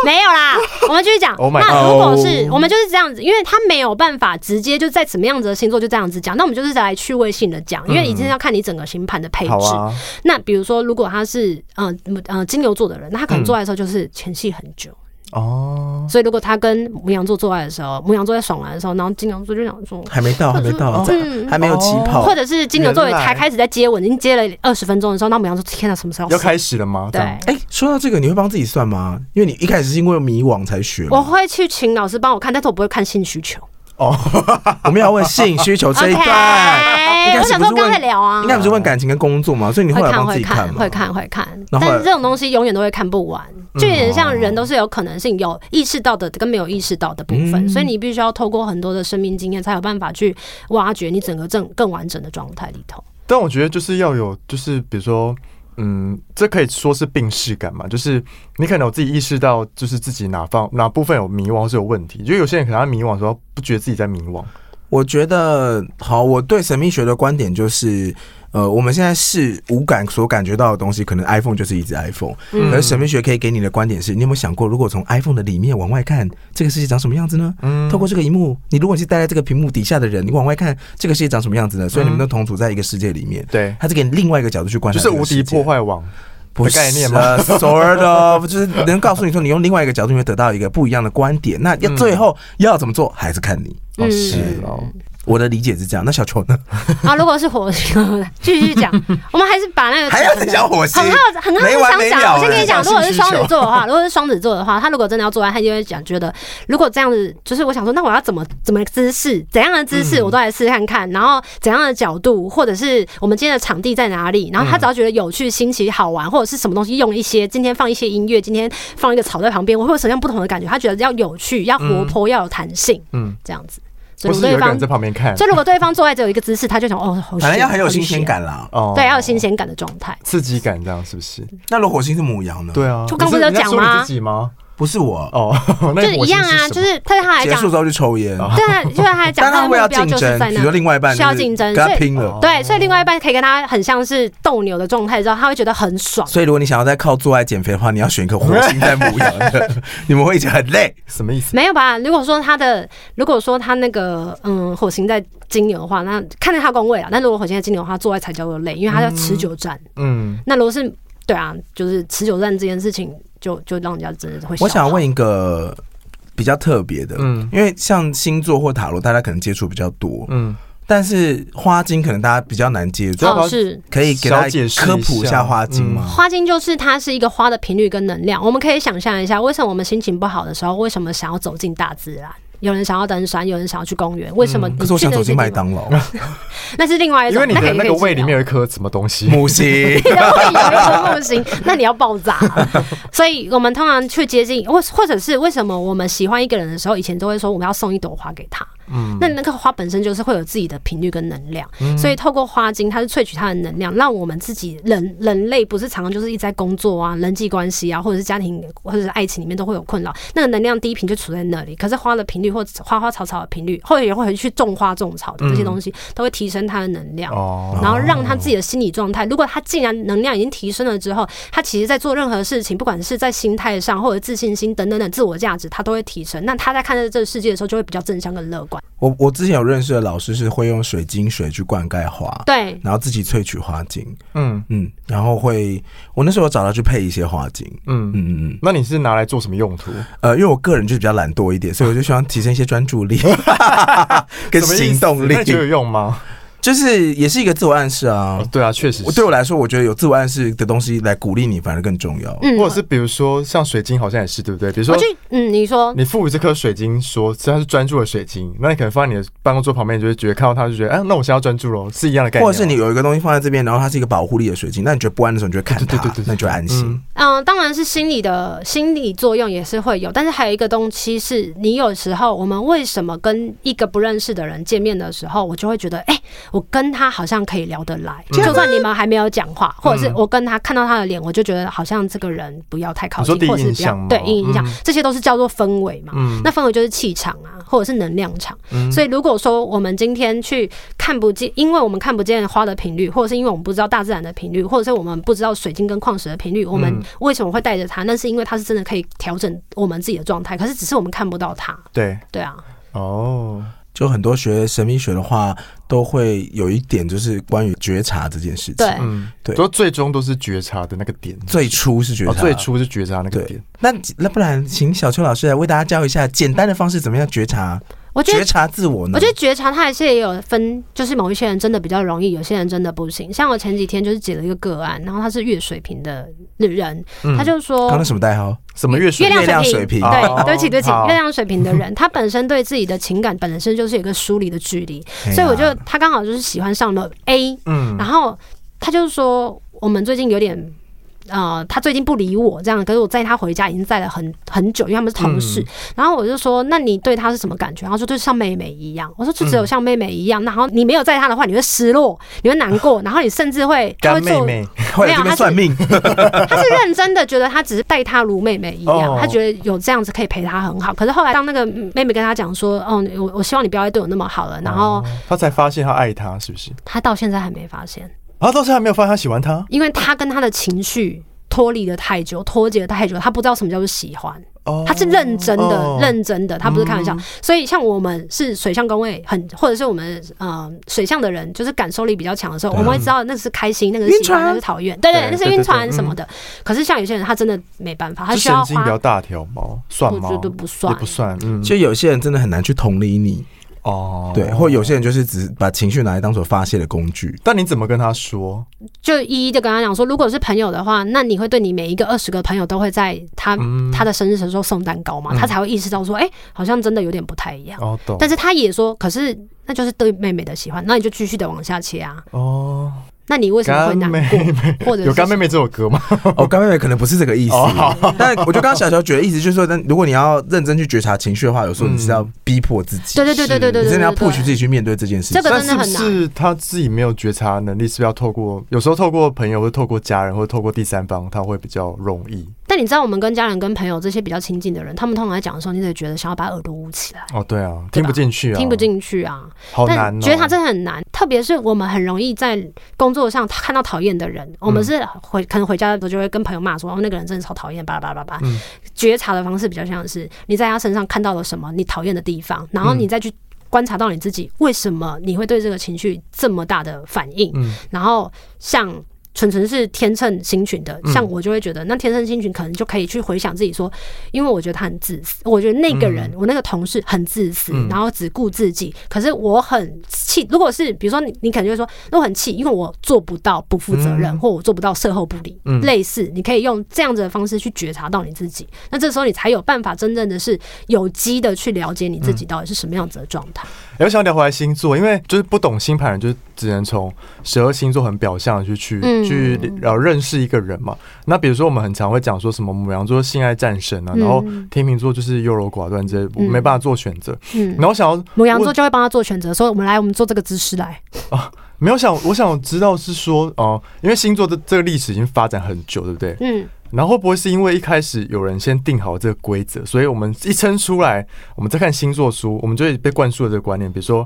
S3: 没有啦，我们继续讲。
S1: 啊 Oh my
S3: 那如果
S2: God
S3: 是我们就是这样子，因为他没有办法直接就在什么样子的星座就这样子讲，那我们就是来趣味性的讲，因为一定要看你整个星盘的配置。
S1: 嗯 [laughs] 好啊，
S3: 那比如说，如果他是嗯嗯、呃金牛座的人，那他可能做爱的时候就是前戏很久，
S1: 嗯哦，
S3: 所以如果他跟母羊座做爱的时候，母羊座在爽完的时候，然后金牛座就想
S1: [laughs]
S3: 说，哦嗯
S2: 还没到，还没到，在还没有起跑
S3: 或，者是金牛座
S1: 原来
S3: 才开始在接吻，已经接了二十分钟的时候，那母羊座天哪，什么时候
S1: 要开始了吗？这
S3: 对
S1: 样。。
S2: 哎、说到这个，你会帮自己算吗？因为你一开始是因为迷惘才学嘛。
S3: 我会去请老师帮我看，但是我不会看性需求。
S2: [laughs] 我们要问性需求这一段，应
S3: OK，
S2: 该
S3: 我
S2: 是
S3: 想
S2: 不
S3: 说
S2: 是
S3: 刚才
S2: 问？
S3: 聊啊
S2: 应，该不是问感情跟工作嘛？所以你后
S3: 会
S2: 来
S3: 看
S2: 帮自
S3: 会
S2: 己
S3: 看
S2: 嘛？嗯
S3: 会看会看，
S2: 然后
S3: 但是这种东西永远都会看不完，就有点像人都是有可能性，有意识到的跟没有意识到的部
S2: 嗯
S3: 分，所以你必须要透过很多的生命经验，才有办法去挖掘你整个正更完整的状态里头。
S1: 但我觉得就是要有，就是比如说，嗯，这可以说是病视感嘛，就是你可能有自己意识到，就是自己哪方哪部分有迷惘或是有问题，就有些人可能他迷惘的时候不觉得自己在迷
S2: 哎
S1: 惘，
S2: 我觉得好，我对神秘学的观点就是。呃，我们现在是无感所感觉到的东西，可能 iPhone 就是一只 iPhone，、
S3: 嗯
S2: 而神秘学可以给你的观点是，你有没有想过，如果从 iPhone 的里面往外看，这个世界长什么样子呢？
S1: 嗯
S2: 透过这个荧幕，你如果是待在这个屏幕底下的人，你往外看，这个世界长什么样子呢？所以你
S3: 嗯
S2: 们都同处在一个世界里面，
S1: 对，
S2: 它是给你另外一个角度去观
S1: 就
S2: 察
S1: 是
S2: 这个
S1: 无
S2: 世
S1: 敌
S2: 界，
S1: 破坏网
S2: 不
S1: 的
S2: 是
S1: 概念吗？
S2: 呃？Sort of，就是能告诉你说，你用另外一个角度，你会得到一个不一样的观点。那要最后要怎么做，还是看你。
S1: 哦，
S3: 嗯
S1: 是哦，
S2: 我的理解是这样。那小球呢？
S3: 啊，如果是火星， [laughs] 继续
S2: [laughs]
S3: 讲，我们还是把那个
S2: 还要再讲火星
S3: 很好，很好，
S2: 没完
S3: 很
S2: 没
S3: 想
S2: 了啊
S3: 讲。我先跟你讲，
S1: 哎
S3: 如果是双
S1: 想
S3: 子
S1: 需
S3: 座的话，如果是双子座的话，他如果真的要做完，他就会讲，觉得如果这样子，就是我想说，那我要怎么怎么姿势，怎样的姿
S2: 嗯
S3: 势我都来试看看，然后怎样的角度，或者是我们今天的场地在哪里，
S2: 嗯
S3: 然后他只要觉得有趣、新奇、好玩，或者是什么东西用一些，今天放一些音乐，今天放一个草在旁边，我会有什么样不同的感觉？他觉得要有趣、要活泼、要有弹性，
S1: 嗯
S3: 嗯，这样子。所
S1: 不
S3: 以
S1: 是
S3: 对
S1: 有一个
S3: 方
S1: 人在旁边看
S3: 所以如果对方做爱只有一个姿势，他就想哦，好
S2: 反正要
S3: 炫
S2: 很有
S3: 好
S2: 新鲜
S3: 炫
S2: 感啦。
S1: 哦，
S3: 对，要有新鲜感的状态。
S1: 刺激感，这样是不是？
S2: 那如果火星是母羊呢？
S1: 对，啊，
S3: 就刚
S1: 你是
S3: 不是有
S1: 你在
S3: 讲
S1: 说你
S3: 吗
S1: 自己吗？
S2: 不是我。
S1: 哦， [laughs] 那
S3: 就是
S1: 火
S3: 一
S1: 星
S3: 样啊，
S1: 什么
S3: 就是对他来
S2: 结
S3: 讲
S2: 束，之后去抽烟，
S3: 对他，就对他来哦讲，
S2: 但
S3: 他的
S2: 他为
S3: 目
S2: 了
S3: 标
S2: 竞
S3: 就是
S2: 争，
S3: 在
S2: 比如说
S3: 那。
S2: 另外一半
S3: 需要
S2: 就是
S3: 竞争
S2: 跟他
S3: 所以哦
S2: 拼了。
S3: 对，所以另外一半可以跟他很像是斗牛的状态之后，他会觉得很爽。
S2: 所以如果你想要再靠做爱减肥的话，你要选一颗火星在母羊
S3: [laughs]
S2: 的，你们会一起很累。
S1: 什么意思？
S3: 没有吧？如果说他的，如果说他那个，嗯，火星在金牛的话，那看着他宫位啦。啊那如果火星在金牛的话，做爱才叫做累，因为他要持久战。
S1: 嗯，
S3: 那如果是对啊，就是持久战这件事情，就就让人家真的会。
S2: 我想问，一个比较特别的，
S1: 嗯
S2: 嗯，因为像星座或塔罗，大家可能接触比较多，
S1: 嗯，
S2: 但是花精可能大家比较难接触，
S1: 要不
S3: 哦，
S1: 要
S3: 是
S2: 可以给大
S1: 小解
S2: 家
S1: 释
S2: 科普
S1: 一
S2: 一
S1: 下嗯
S2: 下花精吗？
S3: 花精就是它是一个花的频率跟能量，我们可以想象一下，为什么我们心情不好的时候，为什么想要走进大自然？有人想要登山，有人想要去公园，为什么？
S2: 嗯可是我想走进麦，当劳，
S3: 那是另外
S1: 因
S3: 一种。
S1: 为你的
S3: 那。
S1: 那个胃里面有一颗什么东西，
S2: 母星
S3: 然后有一颗木星，
S1: [laughs]
S3: 那你要爆炸了。所以我们通常去接近，或或者是为什么我们喜欢一个人的时候，以前都会说我们要送一朵花给他。
S1: 嗯
S3: 那那个花本身就是会有自己的频率跟能量，所以透过花精，它是萃取它的能量，让我们自己人人类不是常常就是一直在工作啊、人际关系啊，或者是家庭或者是爱情里面都会有困扰，那个能量低频就处在那里。可是花的频率或花花草草的频率，或者也会去种花种草的这些东西，都会提升它的能量。
S1: 嗯哦，
S3: 然后让他自己的心理状态，如果他既然能量已经提升了之后，他其实在做任何事情，不管是在心态上或者自信心等等等自我价值，他都会提升。那他在看待这个世界的时候，就会比较正向跟乐观。管。
S2: 我我之前有认识的老师是会用水晶水去灌溉花，
S3: 对，
S2: 然后自己萃取花精，
S1: 嗯
S2: 嗯，然后会我那时候有找他去配一些花精，
S1: 嗯，
S2: 嗯嗯嗯，
S1: 那你是拿来做什么用途？
S2: 呃，因为我个人就是比较懒惰一点，所以我就希望提升一些专
S1: [laughs]
S2: 注力跟
S1: 什么意思
S2: 行动力
S1: 那，你觉得有用吗？
S2: 就是也是一个自我暗示啊
S1: 哦。对啊，确实
S2: 我
S1: 是。
S2: 对我来说，我觉得有自我暗示的东西来鼓励你，反而更重要。
S3: 嗯，
S1: 或者是比如说像水晶，好像也是对不对？比如说
S3: 我我去，嗯，你说
S1: 你赋予这颗水晶说它是专注的水晶，那你可能放在你的办公桌旁边，你就会觉得看到它就觉得，哎，那我现在要专注咯，是一样的概念吗。哦
S2: 或者是你有一个东西放在这边，然后它是一个保护力的水晶，那你觉得不安的时候，你就会看
S1: 对对
S2: 它
S1: 对对，对
S2: 那你就会安心
S1: 嗯。
S3: 嗯，当然是心理的心理作用也是会有，但是还有一个东西是你有时候我们为什么跟一个不认识的人见面的时候，我就会觉得，哎、我跟他好像可以聊得来，
S1: 啊
S3: 就算你们还没有讲话，或者是我跟他看到他的脸，我就觉得好像这个人不要太靠近
S1: 你说第，一
S3: 或者是
S1: 印
S3: 不要
S1: 象吗
S3: 对第一印象，
S1: 嗯
S3: 这些都是叫做氛围嘛。
S1: 嗯
S3: 那氛围就是气场啊，或者是能量场。
S1: 嗯
S3: 所以如果说我们今天去看不见，因为我们看不见花的频率，或者是因为我们不知道大自然的频率，或者是我们不知道水晶跟矿石的频率，我们
S1: 嗯
S3: 为什么会带着它？那是因为它是真的可以调整我们自己的状态，可是只是我们看不到它。
S1: 对
S3: 对啊，
S2: 嗯
S1: 哦，
S2: 就很多学神秘学的话，都会有一点就是关于觉察这件事情。
S3: 对，
S1: 嗯，
S2: 对
S1: 都最终都是觉察的那个点，
S2: 最初是觉察，
S1: 哦，最初是觉察那个
S2: 对
S1: 点。。
S2: 那那不然，请小邱老师来为大家教一下简单的方式，怎么样觉察？
S3: 我觉得
S2: 觉察自我呢？
S3: 我觉得觉察它还是也有分，就是某一些人真的比较容易，有些人真的不行。像我前几天就是解了一个个案，然后他是月水瓶的人，
S1: 嗯
S3: 他就说
S2: 刚刚什么代号？
S1: 什么月水
S3: 月亮
S2: 月亮水
S3: 水
S2: 瓶
S3: 瓶，
S1: 哦
S3: 对，对不起，对不起，
S1: 好
S3: 月亮水瓶的人，他本身对自己的情感本身就是有一个疏离的距
S1: [laughs]
S3: 离，
S2: 哎呀
S3: 所以我就他刚好就是喜欢上了 A，
S1: 啊嗯
S3: 然后他就说我们最近有点。呃，他最近不理我这样，可是我载他回家已经载了很很久，因为他们是同事。
S1: 嗯
S3: 然后我就说，那你对他是什么感觉？然后说就像妹妹一样。我说就只有
S1: 嗯
S3: 像妹妹一样。然后你没有载他的话，你会失落，你会难过，然后你甚至会他会
S1: 干妹
S3: 做
S1: 妹，
S2: 后来这边
S1: [laughs]
S2: 算命，
S3: 他是认真的觉得他只是待她如妹妹一样，
S1: 哦
S3: 他觉得有这样子可以陪她很好。可是后来当那个妹妹跟他讲说，哦，我我希望你不要再对我那么好了，然后
S1: 哦他才发现他爱他，是不是？
S3: 他到现在还没发现，
S1: 然后到现在还没有发现他喜欢他
S3: 因为他跟他的情绪。脱离的太久，脱节的太久，他不知道什么叫做喜欢，
S1: 哦，
S3: 他是认真的，
S1: 哦嗯
S3: 认真的，他不是开玩笑。所以像我们是水象宫位很，或者是我们呃水象的人，就是感受力比较强的时候，我们会知道那是开心，那个是
S2: 晕
S3: 喜欢，
S2: 船
S3: 那是讨厌，对对，
S1: 嗯对
S3: 那是
S1: 对对
S3: 晕
S1: 对
S3: 船
S1: 嗯
S3: 什么的。可是像有些人，他真的没办法，他
S1: 这
S3: 需要
S1: 神经
S3: 花
S1: 比较大条吗？算
S3: 我
S1: 吗？
S3: 觉得不算
S1: 也不算，嗯，
S2: 就有些人真的很难去同理你，
S1: 哦，
S2: 对，或有些人就是只把情绪拿来当做发泄的工 [laughs] 具。
S1: 但你怎么跟他说？
S3: 就一一的跟他讲说，如果是朋友的话，那你会对你每一个二十个朋友都会在他、
S1: 嗯
S3: 他的生日的时候送蛋糕吗？
S1: 嗯
S3: 他才会意识到说，哎、好像真的有点不太一样。
S1: 哦，懂，
S3: 但
S1: 是
S3: 是他也说，可是那就是对妹妹的喜欢，那你就继续的往下切啊。
S1: 哦，
S3: 那你为什么会
S1: 干
S3: 难
S1: 妹
S3: 过？
S1: 妹
S3: 或者是
S1: 有干妹妹这首歌吗？
S2: 哦，刚妹妹可能不是这个意思 [laughs]
S1: 哦好，
S2: 但我觉得刚刚小乔觉得意思就是说，但如果你要认真去觉察情绪的话，有时候你是要逼迫自己，
S3: 对对对对对对对
S2: 你
S3: 对
S2: 真的要
S3: 对
S2: push 自己去面对这件事情
S3: 这个。
S1: 但
S3: 真
S1: 是不
S3: 的很难
S1: 是他自己没有觉察能力？是不是要透过有时候透过朋友，或透过家人，或透过第三方，他会比较容易？
S3: 但你知道，我们跟家人、跟朋友这些比较亲近的人，他们通常在讲的时候，你得觉得想要把耳朵捂起来，
S1: 哦，对啊，
S3: 对
S1: 听
S3: 吧
S1: 不进去啊，
S3: 听不，进去啊。
S1: 好难
S3: 但
S1: 哦。
S3: 觉得他真的很难，特别是我们很容易在工作上看到讨厌的人，
S1: 嗯
S3: 我们是回可能回家的时候就会跟朋友骂说，哦，那个人真的超讨厌，巴拉巴拉巴拉。
S1: 嗯
S3: 觉察的方式比较像是你在他身上看到了什么你讨厌的地方，然后
S1: 嗯
S3: 你再去。观察到你自己为什么你会对这个情绪这么大的反应，
S1: 嗯
S3: 然后像纯纯是天秤星群的，
S1: 嗯
S3: 像我就会觉得，那天秤星群可能就可以去回想自己说，因为我觉得他很自私，我觉得那个人，我那个同事很自私，
S1: 嗯
S3: 然后只顾自己。可是我很气，如果是比如说你，你可能就会说，那我很气，因为我做不到不负责任，
S1: 嗯
S3: 或我做不到事后不理，
S1: 嗯
S3: 类似，你可以用这样子的方式去觉察到你自己，那这时候你才有办法真正的是有机的去了解你自己
S1: 嗯
S3: 到底是什么样子的状态。
S1: 哎我想聊回来星座，因为就是不懂星盘人，就是只能从十二星座很表象的去去、
S3: 嗯
S1: 去呃认识一个人嘛。那比如说我们很常会讲说什么母羊座性爱战神啊，然后
S3: 嗯
S1: 天秤座就是优柔寡断这些，我
S3: 嗯
S1: 没办法做选择。
S3: 嗯，
S1: 然后想要
S3: 母羊座
S1: 我
S3: 就会帮他做选择，说我们来，我们做这个姿势来。
S1: 没有想，我想知道是说哦、因为星座的这个历史已经发展很久，对不对？
S3: 嗯。
S1: 然后会不会是因为一开始有人先定好这个规则，所以我们一称出来，我们再看星座书，我们就会被灌输了这个观念，比如说，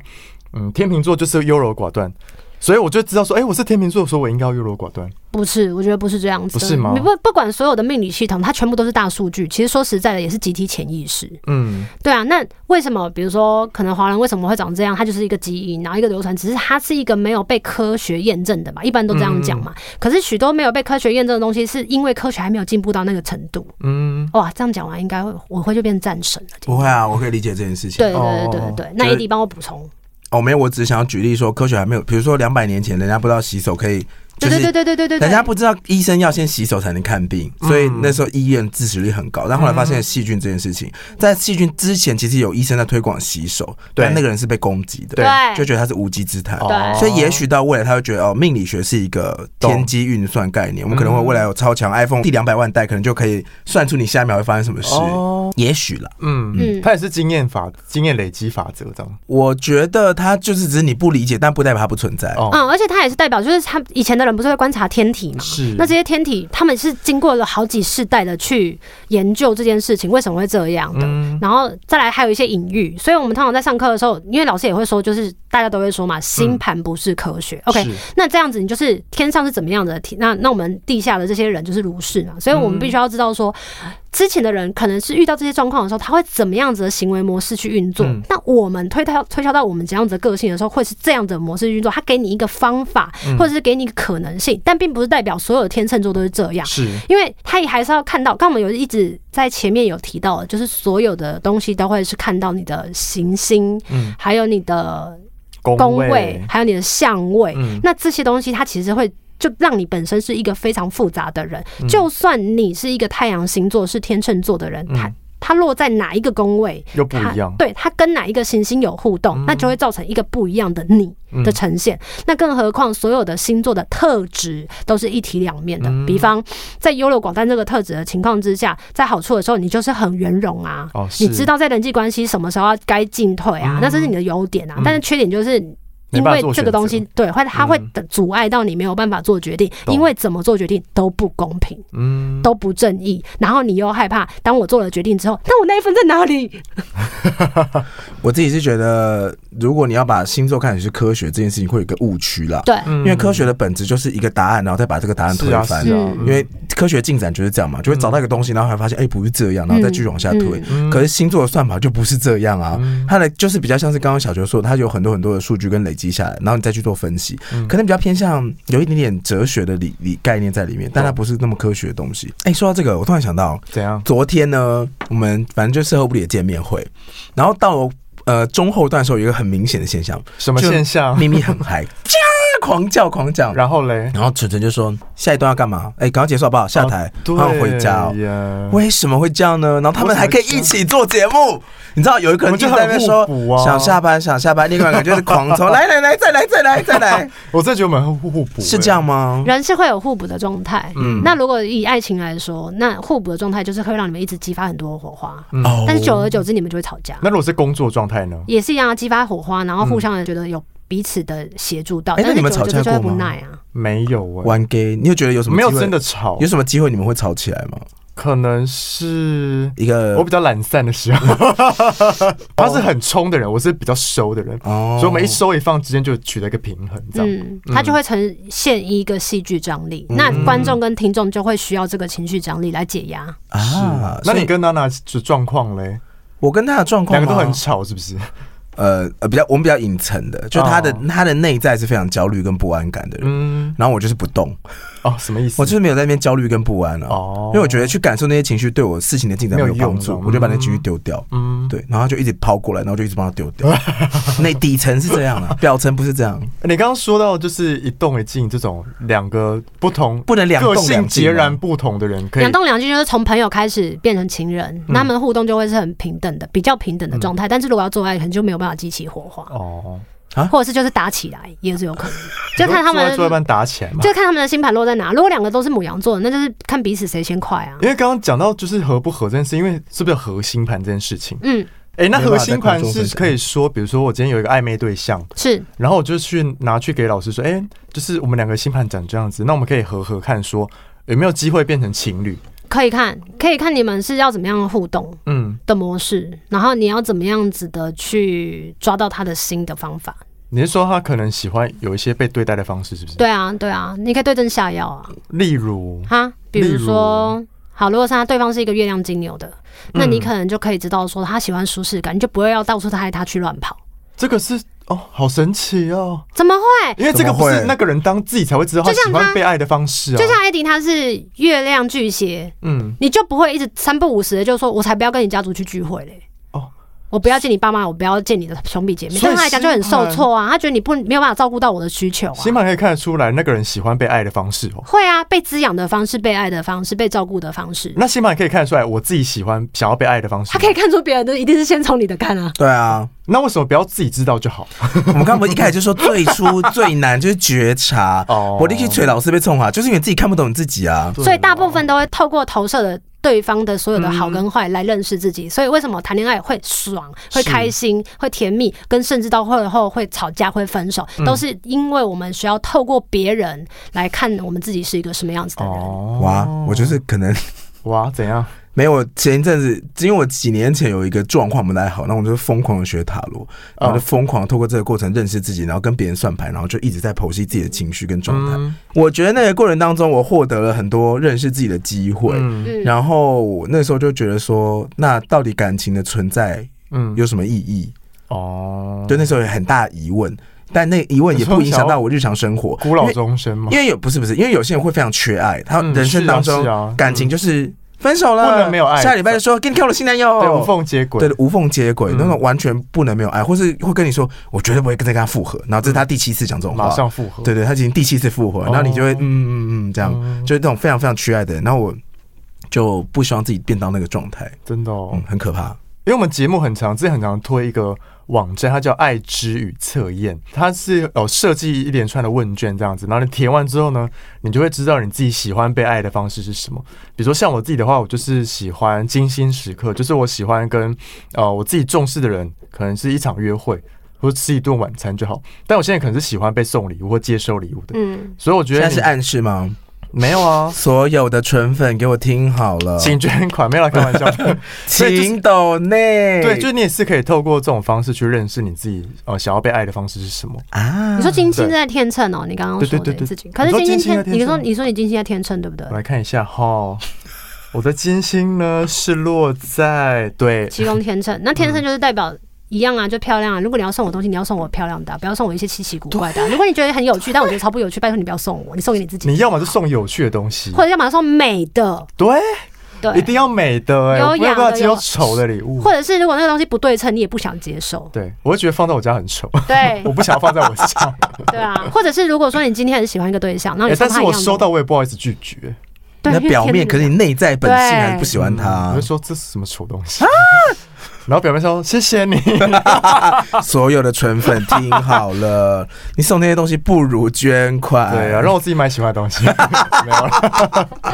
S1: 嗯，天秤座就是优柔寡断，所以我就知道说，哎、我是天秤座，所以我应该要优柔寡断。
S3: 不是，我觉得不是这样子的。
S1: 不是吗
S3: 你不不管所有的命理系统，它全部都是大数据。其实说实在的，也是集体潜意识。
S1: 嗯，
S3: 对啊，那为什么？比如说，可能华人为什么会长这样？它就是一个基因，然后一个流传，只是它是一个没有被科学验证的嘛，一般都这样讲嘛。可是许多没有被科学验证的东西，是因为科学还没有进步到那个程度。
S1: 嗯，
S3: 哇，这样讲完，应该会我会就变战神了。
S2: 不会啊，我可以理解这件事情。
S3: 对对对对对，那
S2: 就是
S3: AD 帮我补充。
S2: 哦，没有，我只是想要举例说，科学还没有，比如说两百年前，人家不知道洗手可以，就
S3: 对
S2: 是
S3: 对对对对对对，对
S2: 人家不知道医生要先洗手才能看病，所以那时候医院自死率很高。但后来发
S3: 嗯
S2: 现细菌这件事情，在细菌之前，其实有医生在推广洗手，
S1: 对
S2: 但那个人是被攻击的，
S1: 对
S2: 就觉得他是无稽之谈。
S1: 哦
S2: 所以也许到未来，他会觉得哦，命理学是一个天机运算概念，我们可能
S1: 嗯
S2: 会未来有超强 iPhone 第两百万代，可能就可以算出你下一秒会发生什么事。
S1: 哦，
S2: 也许啦，
S1: 嗯
S3: 嗯
S1: 嗯，它也是经验法、经验累积法则这样。
S2: 我觉得他就是只是你不理解，但不代表它不存在。
S1: 哦，
S3: 嗯，而且它也是代表，就是他以前的人不是会观察天体嘛？
S1: 是
S3: 那这些天体，他们是经过了好几世代的去研究这件事情为什么会这样的，
S1: 嗯
S3: 然后再来还有一些隐喻。所以我们通常在上课的时候，因为老师也会说，就是大家都会说嘛，星盘不是科学。OK，
S1: 嗯是
S3: 那这样子，你就是天上是怎么样的天，那那我们地下的这些人就是如是嘛，所以我们必须要知道说，之前的人可能是遇到这些状况的时候，他会怎么样子的行为模式去运作。
S1: 嗯
S3: 那我们推到推敲到我们怎样子的个性的时候，会是这样子的模式去运
S1: 嗯
S3: 作。他给你一个方法，或者是给你一个可能性，但并不是代表所有的天秤座都是这样。
S1: 是，
S3: 因为他也还是要看到，刚我们有一直在前面有提到的，就是所有的东西都会是看到你的行星，
S1: 嗯，
S3: 还有你的
S1: 宫
S3: 宫位，还有你的相位，
S1: 嗯
S3: 那这些东西它其实会。就让你本身是一个非常复杂的人，
S1: 嗯
S3: 就算你是一个太阳星座是天秤座的人，他
S1: 嗯
S3: 他落在哪一个宫位
S1: 又不
S3: 它
S1: 一样。嗯
S3: 对他跟哪一个行星有互动，那就会造成一个不一样的你的呈现。那更何况所有的星座的特质都是一体两面的，
S1: 嗯
S3: 比方在优柔寡断这个特质的情况之下，在好处的时候，你就是很圆融啊，
S1: 哦，
S3: 你
S1: 是嗯
S3: 知道在人际关系什么时候要该进退啊，那这是你的优点啊。但是缺点就是
S1: 没
S3: 因
S1: 办法
S3: 为
S1: 做
S3: 这
S1: 选
S3: 个
S1: 择嗯
S3: 东西，对，会它会阻碍到你没有办法做决定，
S1: 懂
S3: 因为怎么做决定都不公平，
S1: 嗯，
S3: 都不正义。然后你又害怕，当我做了决定之后，那我那一份在哪里？
S2: 我自己是觉得，如果你要把星座看成是科学这件事情，会有一个误区啦。
S3: 对，
S1: 因
S2: 因为科学的本质就是一个答案，然后再把这个答案推
S1: 是啊
S2: 翻。
S1: 是啊
S3: 嗯，
S2: 因为科学进展就是这样嘛，就会找到一个东西，然后还发现哎、不是这样，然后再继续往下推。
S1: 嗯
S3: 嗯
S2: 可是星座的算法就不是这样啊，它的就是比较像是刚刚小球说的，它有很多很多的数据跟累积下来，然后你再去做分析，可能比较偏向有一点点哲学的理理概念在里面，但它不是那么科学的东西。哎、说到这个，我突然想到，
S1: 怎样？
S2: 昨天呢，我们反正就事后部里的见面会，然后到呃中后段的时候，有一个很明显的现象，
S1: 什么
S2: 就
S1: 现象？
S2: 咪咪很嗨， [laughs] 叫狂叫
S1: [laughs]
S2: 狂叫，
S1: 然后嘞，
S2: 然后纯纯就说下一段要干嘛？哎、赶快结束好不好？下台，
S1: 对
S2: 然后回家、哦。
S1: 呀
S2: 为什么会这样呢？然后他们还可以一起做节目，你知道有一个人就在那边说
S1: 我们就很互补啊
S2: 想下班想下班，另外一个人就是狂
S1: [laughs]
S2: 抽来来来再来再来再来，
S1: 我真的觉得我们很互互补，
S2: 是这样吗？
S3: 人是会有互补的状态。
S2: 嗯
S3: 那如果以爱情来说，那互补的状态就是会让你们一直激发很多火花，
S1: 嗯
S2: 哦
S3: 但是久而久之你们就会吵架
S1: 欸。。那如果是工作状态呢？
S3: 也是一样啊，激发火花，然后互相的觉得有彼此的协助到，
S2: 哎那
S3: 但是
S2: 你
S3: 久
S2: 们
S3: 而久
S2: 吵架
S3: 之就会
S2: 过
S3: 不
S2: 吗
S3: 耐啊。
S1: 没有哎、
S2: 玩 gay，你有觉得有什么
S1: 没有
S2: 机会
S1: 真的吵
S2: 有，什么机会你们会吵起来吗？
S1: 可能是
S2: 一个
S1: 我比较懒散的时
S2: [laughs]
S1: 候，他是很冲的人，我是比较收的人，
S2: 哦
S1: 所以我们一收一放之间就取得一个平衡，这样。
S3: 嗯，它就会呈现一个戏剧张力，
S2: 嗯
S3: 那观众跟听众就会需要这个情绪张力来解压。
S2: 啊，
S1: 那
S2: 所
S1: 你
S2: 以
S1: 跟娜娜的状况嘞？
S2: 我跟他的状况
S1: 两个都
S2: 吗
S1: 很吵，是不是？
S2: 呃呃比较我们比较隐层的，就他的、
S1: 哦
S2: 他的内在是非常焦虑跟不安感的人，
S1: 嗯，
S2: 然后我就是不动，
S1: 哦，什么意思？
S2: 我就是没有在那边焦虑跟不安啊，
S1: 哦
S2: 因为我觉得去感受那些情绪对我事情的进展没
S1: 没
S2: 有
S1: 有用
S2: 帮助
S1: 了，
S2: 我就把那情绪丢掉。
S1: 嗯，
S2: 对，然后他就一直抛过来，然后就一直帮他丢
S1: [laughs]
S2: 掉。那底层是这样啊，表层不是这样，
S1: 你刚刚说到就是一动一静这种两个不同
S2: 不能两动
S1: 个
S2: 两静吗
S1: 性
S2: 啊
S1: 截然不同的人，可以
S3: 两动两静就是从朋友开始变成情
S2: 嗯
S3: 人，那他们的互动就会是很平等的，比较平等的状态。但是如果要做爱，可能就没有办法激起火花，
S1: 哦，
S3: 或者是就是打起来也是有可能，就看他
S2: [laughs]
S1: 坐在
S3: 们
S1: 坐在半打起来嘛。
S3: 就看他们的星盘落在哪。如果两个都是母羊座的，那就是看彼此谁先快啊。
S1: [laughs] 因为刚刚讲到就是合不合这件事，因为是不是有核心盘这件事情？
S3: 嗯，
S1: 哎、那
S2: 没办
S1: 核
S2: 法在
S1: 心
S2: 空
S1: 盘
S2: 中分
S1: 是
S2: 享
S1: 可以说，比如说我今天有一个暧昧对象，
S3: 是
S1: 然后我就去拿去给老师说，哎、就是我们两个星盘长这样子，那我们可以合合看说有没有机会变成情侣？
S3: 可以看，可以看你们是要怎么样互动。
S1: 嗯，
S3: 的模式，然后你要怎么样子的去抓到他的心的方法，
S1: 你是说他可能喜欢有一些被对待的方式，是不是？
S3: 对啊，对啊，你可以对症下药啊，
S1: 例如，
S3: 哈，比
S1: 例
S3: 如
S1: 如
S3: 说。好，如果是他对方是一个月亮金牛的，那你
S1: 嗯
S3: 可能就可以知道说他喜欢舒适感，你就不会要到处带他去乱跑。
S1: 这个是哦，好神奇哦，
S3: 怎么会？
S1: 因为这个
S2: 怎么
S1: 不
S2: 会
S1: 是那个人当自己才会知道他
S3: 就像
S1: 喜欢
S3: 他
S1: 被爱的方式啊，
S3: 就像艾迪他是月亮巨蟹，
S1: 嗯，
S3: 你就不会一直三不五时的就说，我才不要跟你家族去聚会嘞。
S1: 哦
S3: 我不要见你爸妈，我不要见你的兄弟姐妹，
S1: 所以
S3: 对他来讲就很受
S1: 星
S3: 挫啊。他觉得你不没有办法照顾到我的需求啊。
S1: 星盘可以看得出来那个人喜欢被爱的方式哦。
S3: 会啊，被滋养的方式，被爱的方式，被照顾的方式，
S1: 那星盘可以看得出来我自己喜欢想要被爱的方式
S3: 他
S1: 吗，
S3: 可以看出别人的一定是先从你的看啊。
S2: 对啊，
S1: 那为什么不要自己知道就好？
S2: 我们刚不是一开始就说最
S1: [laughs]
S2: 初最难就是觉察，
S1: 哦
S2: 我力去锤老师被冲啊，就是因为自己看不懂你自己啊。
S3: 所以大部分都会透过投射的对方的所有的好跟坏来认识自己。所以为什么谈恋爱会爽、会
S1: 是
S3: 开心、会甜蜜，跟甚至到会后会吵架、会分手，
S1: 嗯
S3: 都是因为我们需要透过别人来看我们自己是一个什么样子的人。
S1: 哦
S2: 哇，我就是可能
S1: 哇怎样？
S2: 没有，我前一阵子，因为我几年前有一个状况不太好，那我就疯狂的学塔罗，然
S1: 哦
S2: 后就疯狂地透过这个过程认识自己，然后跟别人算牌，然后就一直在剖析自己的情绪跟状态。
S1: 嗯
S2: 我觉得那个过程当中，我获得了很多认识自己的机会。
S1: 嗯
S3: 嗯，
S2: 然后我那时候就觉得说，那到底感情的存在
S1: 嗯，
S2: 有什么意义？
S1: 哦，
S2: 就那时候有很大的疑问，但那个疑问也不影响到我日常生活。
S1: 啊孤老终身嘛
S2: 因，为有不是不是，因为有些人会非常缺爱，他
S1: 嗯
S2: 人生当
S1: 是啊
S2: 中
S1: 是啊
S2: 感情就是分手
S1: 不
S2: 了，
S1: 能没有爱
S2: 下礼拜就说给你看我的新男友，
S1: 对，无缝接轨，
S2: 对无缝接轨
S1: 嗯，
S2: 那种完全不能没有爱，或是会跟你说我绝对不会再跟他复合，然后这是他第七次讲这种
S1: 嗯
S2: 话，
S1: 马上复合，
S2: 对对，他已经第七次复合，然后你就会
S1: 哦
S2: 嗯嗯嗯这样，
S1: 嗯
S2: 就是这种非常非常缺爱的人，然后我就不希望自己变到那个状态，
S1: 真的哦
S2: 嗯，，很可怕。
S1: 因为我们节目很长，之前很常推一个网站，它叫“爱之语测验”，它是有设计一连串的问卷这样子，然后你填完之后呢，你就会知道你自己喜欢被爱的方式是什么。比如说像我自己的话，我就是喜欢精心时刻，就是我喜欢跟呃我自己重视的人，可能是一场约会或者吃一顿晚餐就好。但我现在可能是喜欢被送礼物或接收礼物的，
S3: 嗯，
S1: 所以我觉得
S2: 现在
S1: 你
S2: 是暗示吗？
S1: 没有
S2: [laughs]
S1: 啊。
S2: 所有的纯粉给我听好了，
S1: 请捐款，没有啦，开玩笑的。所以就是
S2: 请抖内。
S1: 对，就是你也是可以透过这种方式去认识你自己，呃，想要被爱的方式是什么。
S2: 啊，
S3: 你说金星
S1: 对
S3: 在天秤哦，你刚刚
S1: 对对
S3: 说
S1: 对
S3: 的
S1: 对
S3: 事情，可是
S1: 你说
S3: 金
S1: 金
S3: 星
S1: 星在天
S3: 天，你说
S1: 秤
S3: 你说你金星在天秤对不对
S1: 我？来看一下哈，我的金星呢是落在对
S3: 七宫天秤，那
S1: 嗯
S3: 天秤就是代表一样啊，就漂亮啊。如果你要送我东西，你要送我漂亮的啊、不要送我一些稀奇古怪的啊、如果你觉得很有趣，但我觉得超不有趣，拜托你不要送我，你送给你自己，
S1: 你要么就送有趣的东西，
S3: 或者要么送美的，
S1: 对，
S3: 对
S1: 一，定要美的哎、
S3: 有
S1: 我没有
S3: 雅
S1: 办法
S3: 的
S1: 接受
S3: 有
S1: 丑的礼物
S3: 或。者是如果那个东西不对称，你也不想接受，
S1: 对，我会觉得放在我家很丑， [laughs]
S3: [laughs] 对
S1: 我不想要放在我家。
S3: 对啊。或者是如果说你今天很喜欢一个对象，然后
S1: 哎
S3: [laughs] 你
S1: 但
S3: 送
S1: 是
S3: 他一
S1: 我
S3: 样
S1: 收
S3: 东
S1: 到我也不好意思拒绝，
S3: 西，对，
S2: 你的
S3: 因为
S2: 表面，
S3: 天秤
S2: 可是你内在本性还是不喜欢
S1: 嗯我
S2: 他
S1: 就。说这是什么丑东
S3: 啊
S1: 西，然后表面说谢谢
S2: [laughs]
S1: 你，
S2: 所有的纯粉听好了， [laughs] 你送那些东西不如捐款。
S1: 对啊，让我自己买喜欢的东
S2: [laughs]
S1: 西，没有了。 [laughs]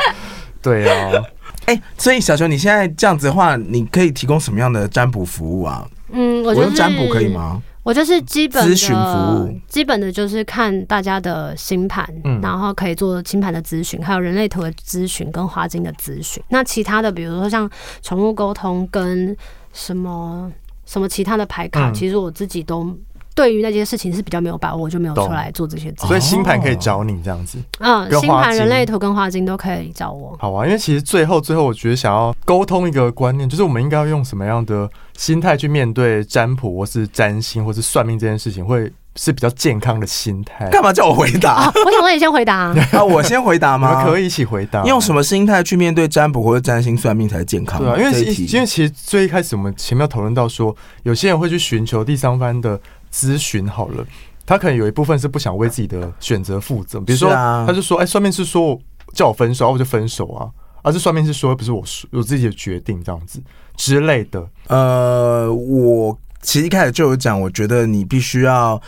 S1: 对啊，
S2: 哎、所以小熊，你现在这样子的话，你可以提供什么样的占卜服务啊？
S3: 嗯，我
S2: 我
S3: 就
S2: 用
S3: 是
S2: 占卜可以？
S1: [laughs]
S2: 吗？
S3: 我就是基本的
S2: 咨询服务
S3: 基本的就是看大家的星盘，
S1: 嗯
S3: 然后可以做星盘的咨询，还有人类图的咨询跟花精的咨询。那其他的，比如说像宠物沟通跟什么什么其他的牌卡，
S1: 嗯
S3: 其实我自己都。对于那些事情是比较没有把握，我就没有
S1: 懂
S3: 出来做这些咨询。
S1: 所以星盘可以
S2: 哦
S1: 找你这样子。
S3: 嗯，
S1: 跟
S3: 星
S1: 花
S3: 盘、人
S1: 精
S3: 类图跟花精都可以找我。
S1: 好啊，因为其实最后最后，我觉得想要沟通一个观念，就是我们应该要用什么样的心态去面对占卜或是占星或是算命这件事情，会是比较健康的心态。
S2: 干嘛叫我回答
S1: [laughs]
S3: 啊、 [laughs] 我想问你先回答、啊，
S2: 啊？我先回答
S1: 我们
S2: 吗？
S1: 可以一起回答。
S2: 用什么心态去面对占卜或者占星算命才健康？
S1: 对啊，因为
S2: 这一
S1: 其
S2: 题
S1: 因为其实最一开始我们前面有讨论到说，有些人会去寻求第三方的咨询，好了，他可能有一部分是不想为自己的选择负责，比如说
S2: 是啊
S1: 他就说，哎、算命是说我叫我分手，啊我就分手啊，而、啊、这算命是说不是我说我自己的决定这样子之类的，
S2: 呃，我其实一开始就有讲，我觉得你必须要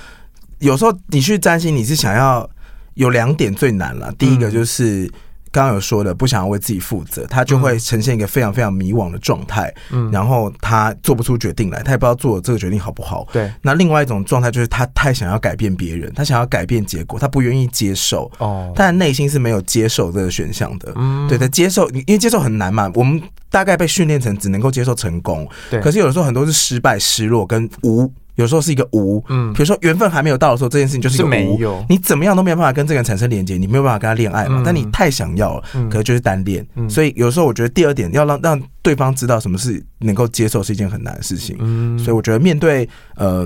S2: 有时候你去占星，你是想要有两点最难了。第一
S1: 嗯
S2: 个就是刚刚有说的，不想要为自己负责，他就会呈现一个非常非常迷惘的状态，
S1: 嗯，
S2: 然后他做不出决定来，他也不知道做这个决定好不好。
S1: 对，
S2: 那另外一种状态就是他太想要改变别人，他想要改变结果，他不愿意接受，
S1: 哦，
S2: 他的内心是没有接受这个选项的。
S1: 嗯
S2: 对，在接受，因为接受很难嘛，我们大概被训练成只能够接受成功，
S1: 对
S2: 可是有的时候很多是失败、失落跟无。有时候是一个无。
S1: 嗯
S2: 比如说缘分还没有到的时候，这件事情就是一个
S1: 是没
S2: 无
S1: 有
S2: 你怎么样都没有办法跟这个人产生连接，你没有办法跟他恋爱嘛。
S1: 嗯
S2: 但你太想要了，
S1: 嗯
S2: 可能就是单恋。
S1: 嗯
S2: 所以有时候我觉得第二点要让让对方知道什么是能够接受是一件很难的事情。
S1: 嗯
S2: 所以我觉得面对呃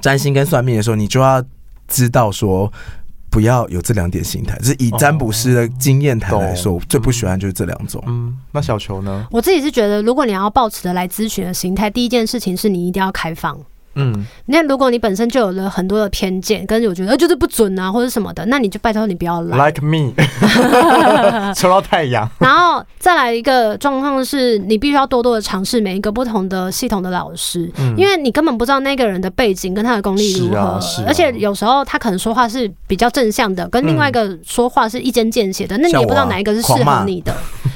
S2: 占星跟算命的时候，你就要知道说。不要有这两点心态，就是以占卜师的经验谈来说，我最不喜欢就是这两种。
S1: 哦嗯，那小球呢？
S3: 我自己是觉得，如果你要抱持的来咨询的心态，第一件事情是你一定要开放。
S1: 嗯，
S3: 那如果你本身就有了很多的偏见，跟我觉得、呃就是不准啊，或者什么的，那你就拜托你不要来。
S1: Like
S2: [laughs]
S1: me，抽到太阳。
S3: 然后再来一个状况是，你必须要多多的尝试每一个不同的系统的老师，
S1: 嗯
S3: 因为你根本不知道那个人的背景跟他的功力如
S1: 是
S3: 何，
S1: 啊是啊
S3: 而且有时候他可能说话是比较正向的，跟另外一个说话是一针见血的，那你也不知道哪一个是适
S2: 像我啊
S3: 合你的。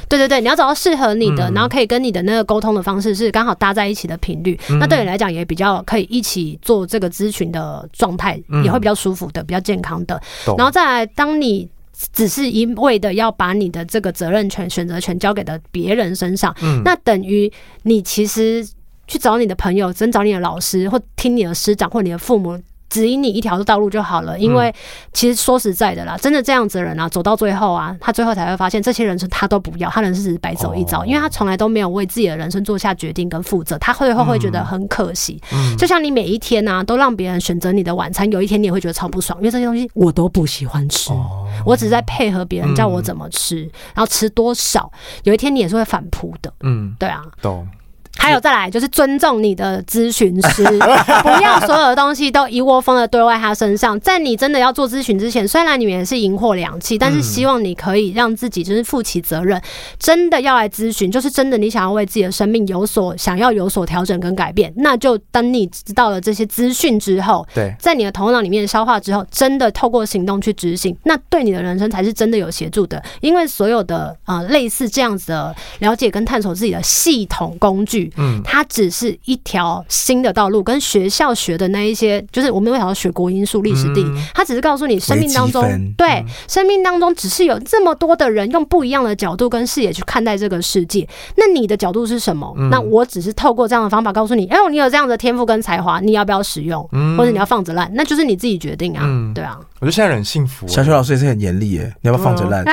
S3: 对对对，你要找到适合你的，
S1: 嗯
S3: 然后可以跟你的那个沟通的方式是刚好搭在一起的频率，
S1: 嗯
S3: 那对你来讲也比较可以一起做这个咨询的状态，
S1: 嗯
S3: 也会比较舒服的，比较健康的。
S1: 懂
S3: 然后再来，当你只是一味的要把你的这个责任权、选择权交给的别人身上，
S1: 嗯
S3: 那等于你其实去找你的朋友，真找你的老师，或听你的师长，或你的父母。指引你一条道路就好了，因
S1: 嗯
S3: 为其实说实在的啦，真的这样子的人啊，走到最后啊，他最后才会发现，这些人生他都不要，他人生只是白走一遭，
S1: 哦
S3: 因为他从来都没有为自己的人生做下决定跟负责，他最后会觉得很可惜。
S1: 嗯
S3: 就像你每一天啊，都让别人选择你的晚餐，有一天你也会觉得超不爽，因为这些东西我都不喜欢吃，
S1: 哦
S3: 我只是在配合别人叫
S1: 嗯
S3: 我怎么吃，然后吃多少，有一天你也是会反扑的，
S1: 嗯，
S3: 对啊。
S1: 懂。
S3: 还有再来就是尊重你的咨询师，不要所有的东西都一窝蜂的堆在他身上。在你真的要做咨询之前，虽然你们也是赢货两气，但是希望你可以让自己就是负起责任，真的要来咨询，就是真的你想要为自己的生命有所想要有所调整跟改变，那就等你知道了这些资讯之后。
S1: 对，
S3: 在你的头脑里面消化之后，真的透过行动去执行，那对你的人生才是真的有协助的。因为所有的呃类似这样子的了解跟探索自己的系统工具，
S1: 嗯，
S3: 它只是一条新的道路，跟学校学的那一些，就是我们为啥要学国英数、历史地理，
S1: 嗯
S3: 它只是告诉你生命当
S2: 微积分
S3: 中，对生命当中只是有这么多的人用不一样的角度跟视野去看待这个世界。那你的角度是什么？那我只是透过这样的方法告诉你，哎呦，你有这样的天赋跟才华，你要不要使用，或者你要放着烂，那就是你自己决定啊，
S1: 嗯
S3: 对啊。
S1: 我觉得现在人很幸福。欸
S2: 小邱老师也是很严厉耶，你要不要放着烂？
S1: [laughs]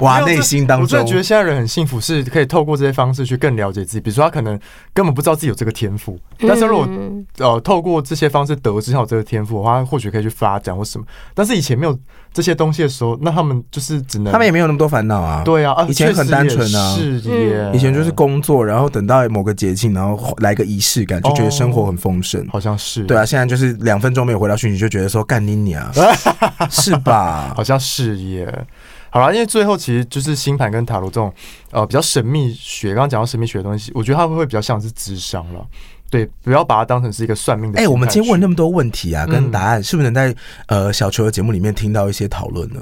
S2: 哇，内心当
S1: 啊我真
S2: 中
S1: 的觉得现在人很幸福，是可以透过这些方式去更了解自己。比如说，他可能根本不知道自己有这个天赋，但是如果
S3: 嗯
S1: 呃透过这些方式得知他有这个天赋的话，他或许可以去发展或什么。但是以前没有这些东西的时候，那他们就是只能
S2: 他们也没有那么多烦恼啊。
S1: 对啊，啊
S2: 以前很单纯啊
S1: 确实也是耶，
S2: 以前就是工作，然后等到某个节庆，然后来个仪式感，就觉得生活很丰盛。
S1: 好像是
S2: 对啊，，现在就是两分钟没有回到讯息，就觉得说干你
S1: [laughs]
S2: 你啊，是吧
S1: 好？像是耶。好啦，因为最后其实就是星盘跟塔罗这种呃比较神秘学，刚刚讲到神秘学的东西，我觉得它会比较像是智商了。对，不要把它当成是一个算命的
S2: 哎、
S1: 心态去。
S2: 我们今天问那么多问题啊，跟
S1: 嗯
S2: 答案，是不是能在呃小球的节目里面听到一些讨论呢？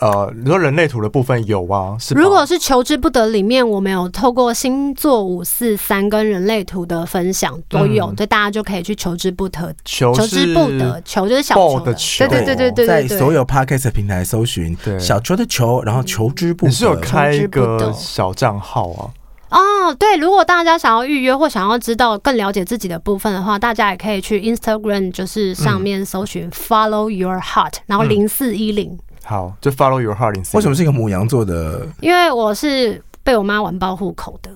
S1: 呃，你说人类图的部分有啊，是吧
S3: 如果是求之不得里面，我们有透过星座五四三跟人类图的分享都有，
S1: 嗯
S3: 所以大家就可以去求之不得。
S1: 求
S3: 求
S1: 是
S3: 之不得，求就是小
S1: 抱
S3: 球
S1: 的球
S3: 对对对对对对
S2: 在
S3: 对。
S2: 所有 podcast 平台搜寻
S1: 对
S2: 小球的球，然后求之
S3: 嗯
S2: 不
S1: 你是有
S2: 得。
S1: 开一
S3: 求之不
S1: 个
S3: 得
S1: 小账号啊？
S3: 哦，对，如果大家想要预约或想要知道更了解自己的部分的话，大家也可以去 Instagram，就是上面搜寻 Follow Your Heart，、然后
S1: 嗯
S3: 零四一零，
S1: 好，就 follow your heart in。
S2: 为什么？是一个母羊座的？
S3: 因为我是被我妈完爆户口的，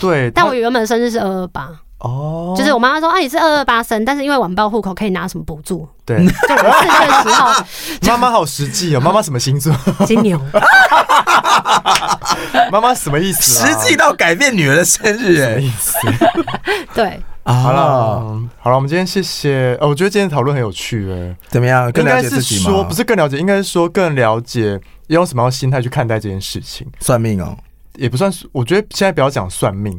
S1: 对，
S3: 但
S1: 它
S3: 我原本生日是二二八，
S2: [laughs]
S1: 哦，
S3: 就是我妈妈说啊你是二二八生，但是因为完爆户口可以拿什么补助，
S1: 对，
S3: 就我四岁的时候。
S1: [laughs] 妈妈好实际哦，妈妈什么星
S2: [laughs]
S1: 座？
S3: 金牛，
S1: [laughs] 妈妈什么意思
S2: 实
S1: 啊？
S2: [laughs] 际到改变女儿的生日、
S1: 什么
S2: 哎
S1: 意思？
S3: 对，
S2: 啊，
S1: 好了，嗯好了，我们今天谢谢。呃，我觉得今天讨论很有趣，哎，
S2: 怎么样？更
S1: 应
S2: 了
S1: 该
S2: 解
S1: 是
S2: 自己
S1: 说
S2: 吗？
S1: 不是更了解，应该是说更了解要用什么样的心态去看待这件事情，
S2: 算命哦，
S1: 也不算是。我觉得现在不要讲算命，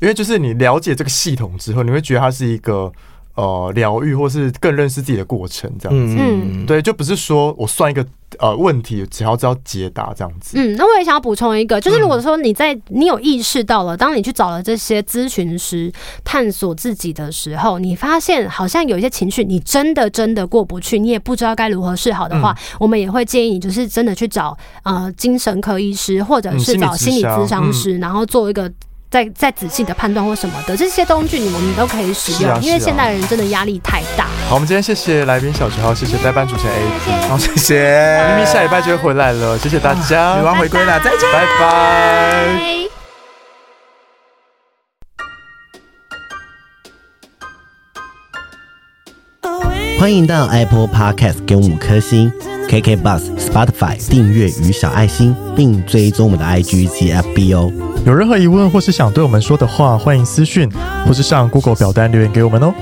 S1: 因为就是你了解这个系统之后，你会觉得它是一个呃疗愈或是更认识自己的过程，这样子。
S2: 嗯，
S1: 对，就不是说我算一个呃问题，只要知道解答这样子。
S3: 嗯，那我也想要补充一个，就是如
S1: 嗯
S3: 果说你在你有意识到了，当你去找了这些咨询师探索自己的时候，你发现好像有一些情绪你真的真的过不去，你也不知道该如何是好的话，
S1: 嗯
S3: 我们也会建议你就是真的去找呃精神科医师或者
S1: 嗯
S3: 是
S1: 心理
S3: 找
S1: 咨
S3: 心理
S1: 商嗯
S3: 咨商师，然后做一个。再再仔细的判断或什么的，这些工具你们都可以使
S1: 是
S3: 用，
S1: 啊
S3: 因为
S1: 是啊
S3: 现代人真的压力太大。
S1: 好，我们今天谢谢来宾小九号，谢谢代班主持人 A
S2: 好，谢谢
S1: P，咪咪下礼拜就会回来了，谢谢大家，
S2: 女王哎回归了，再见。
S1: 拜拜。
S3: 拜
S4: 欢迎到 Apple Podcast 给我们五颗星，KK Bus、Spotify 订阅与小爱心，并追踪我们的 IG 及 FB 哦。
S1: 有任何疑问或是想对我们说的话，欢迎私讯或是上 Google 表单留言给我们哦。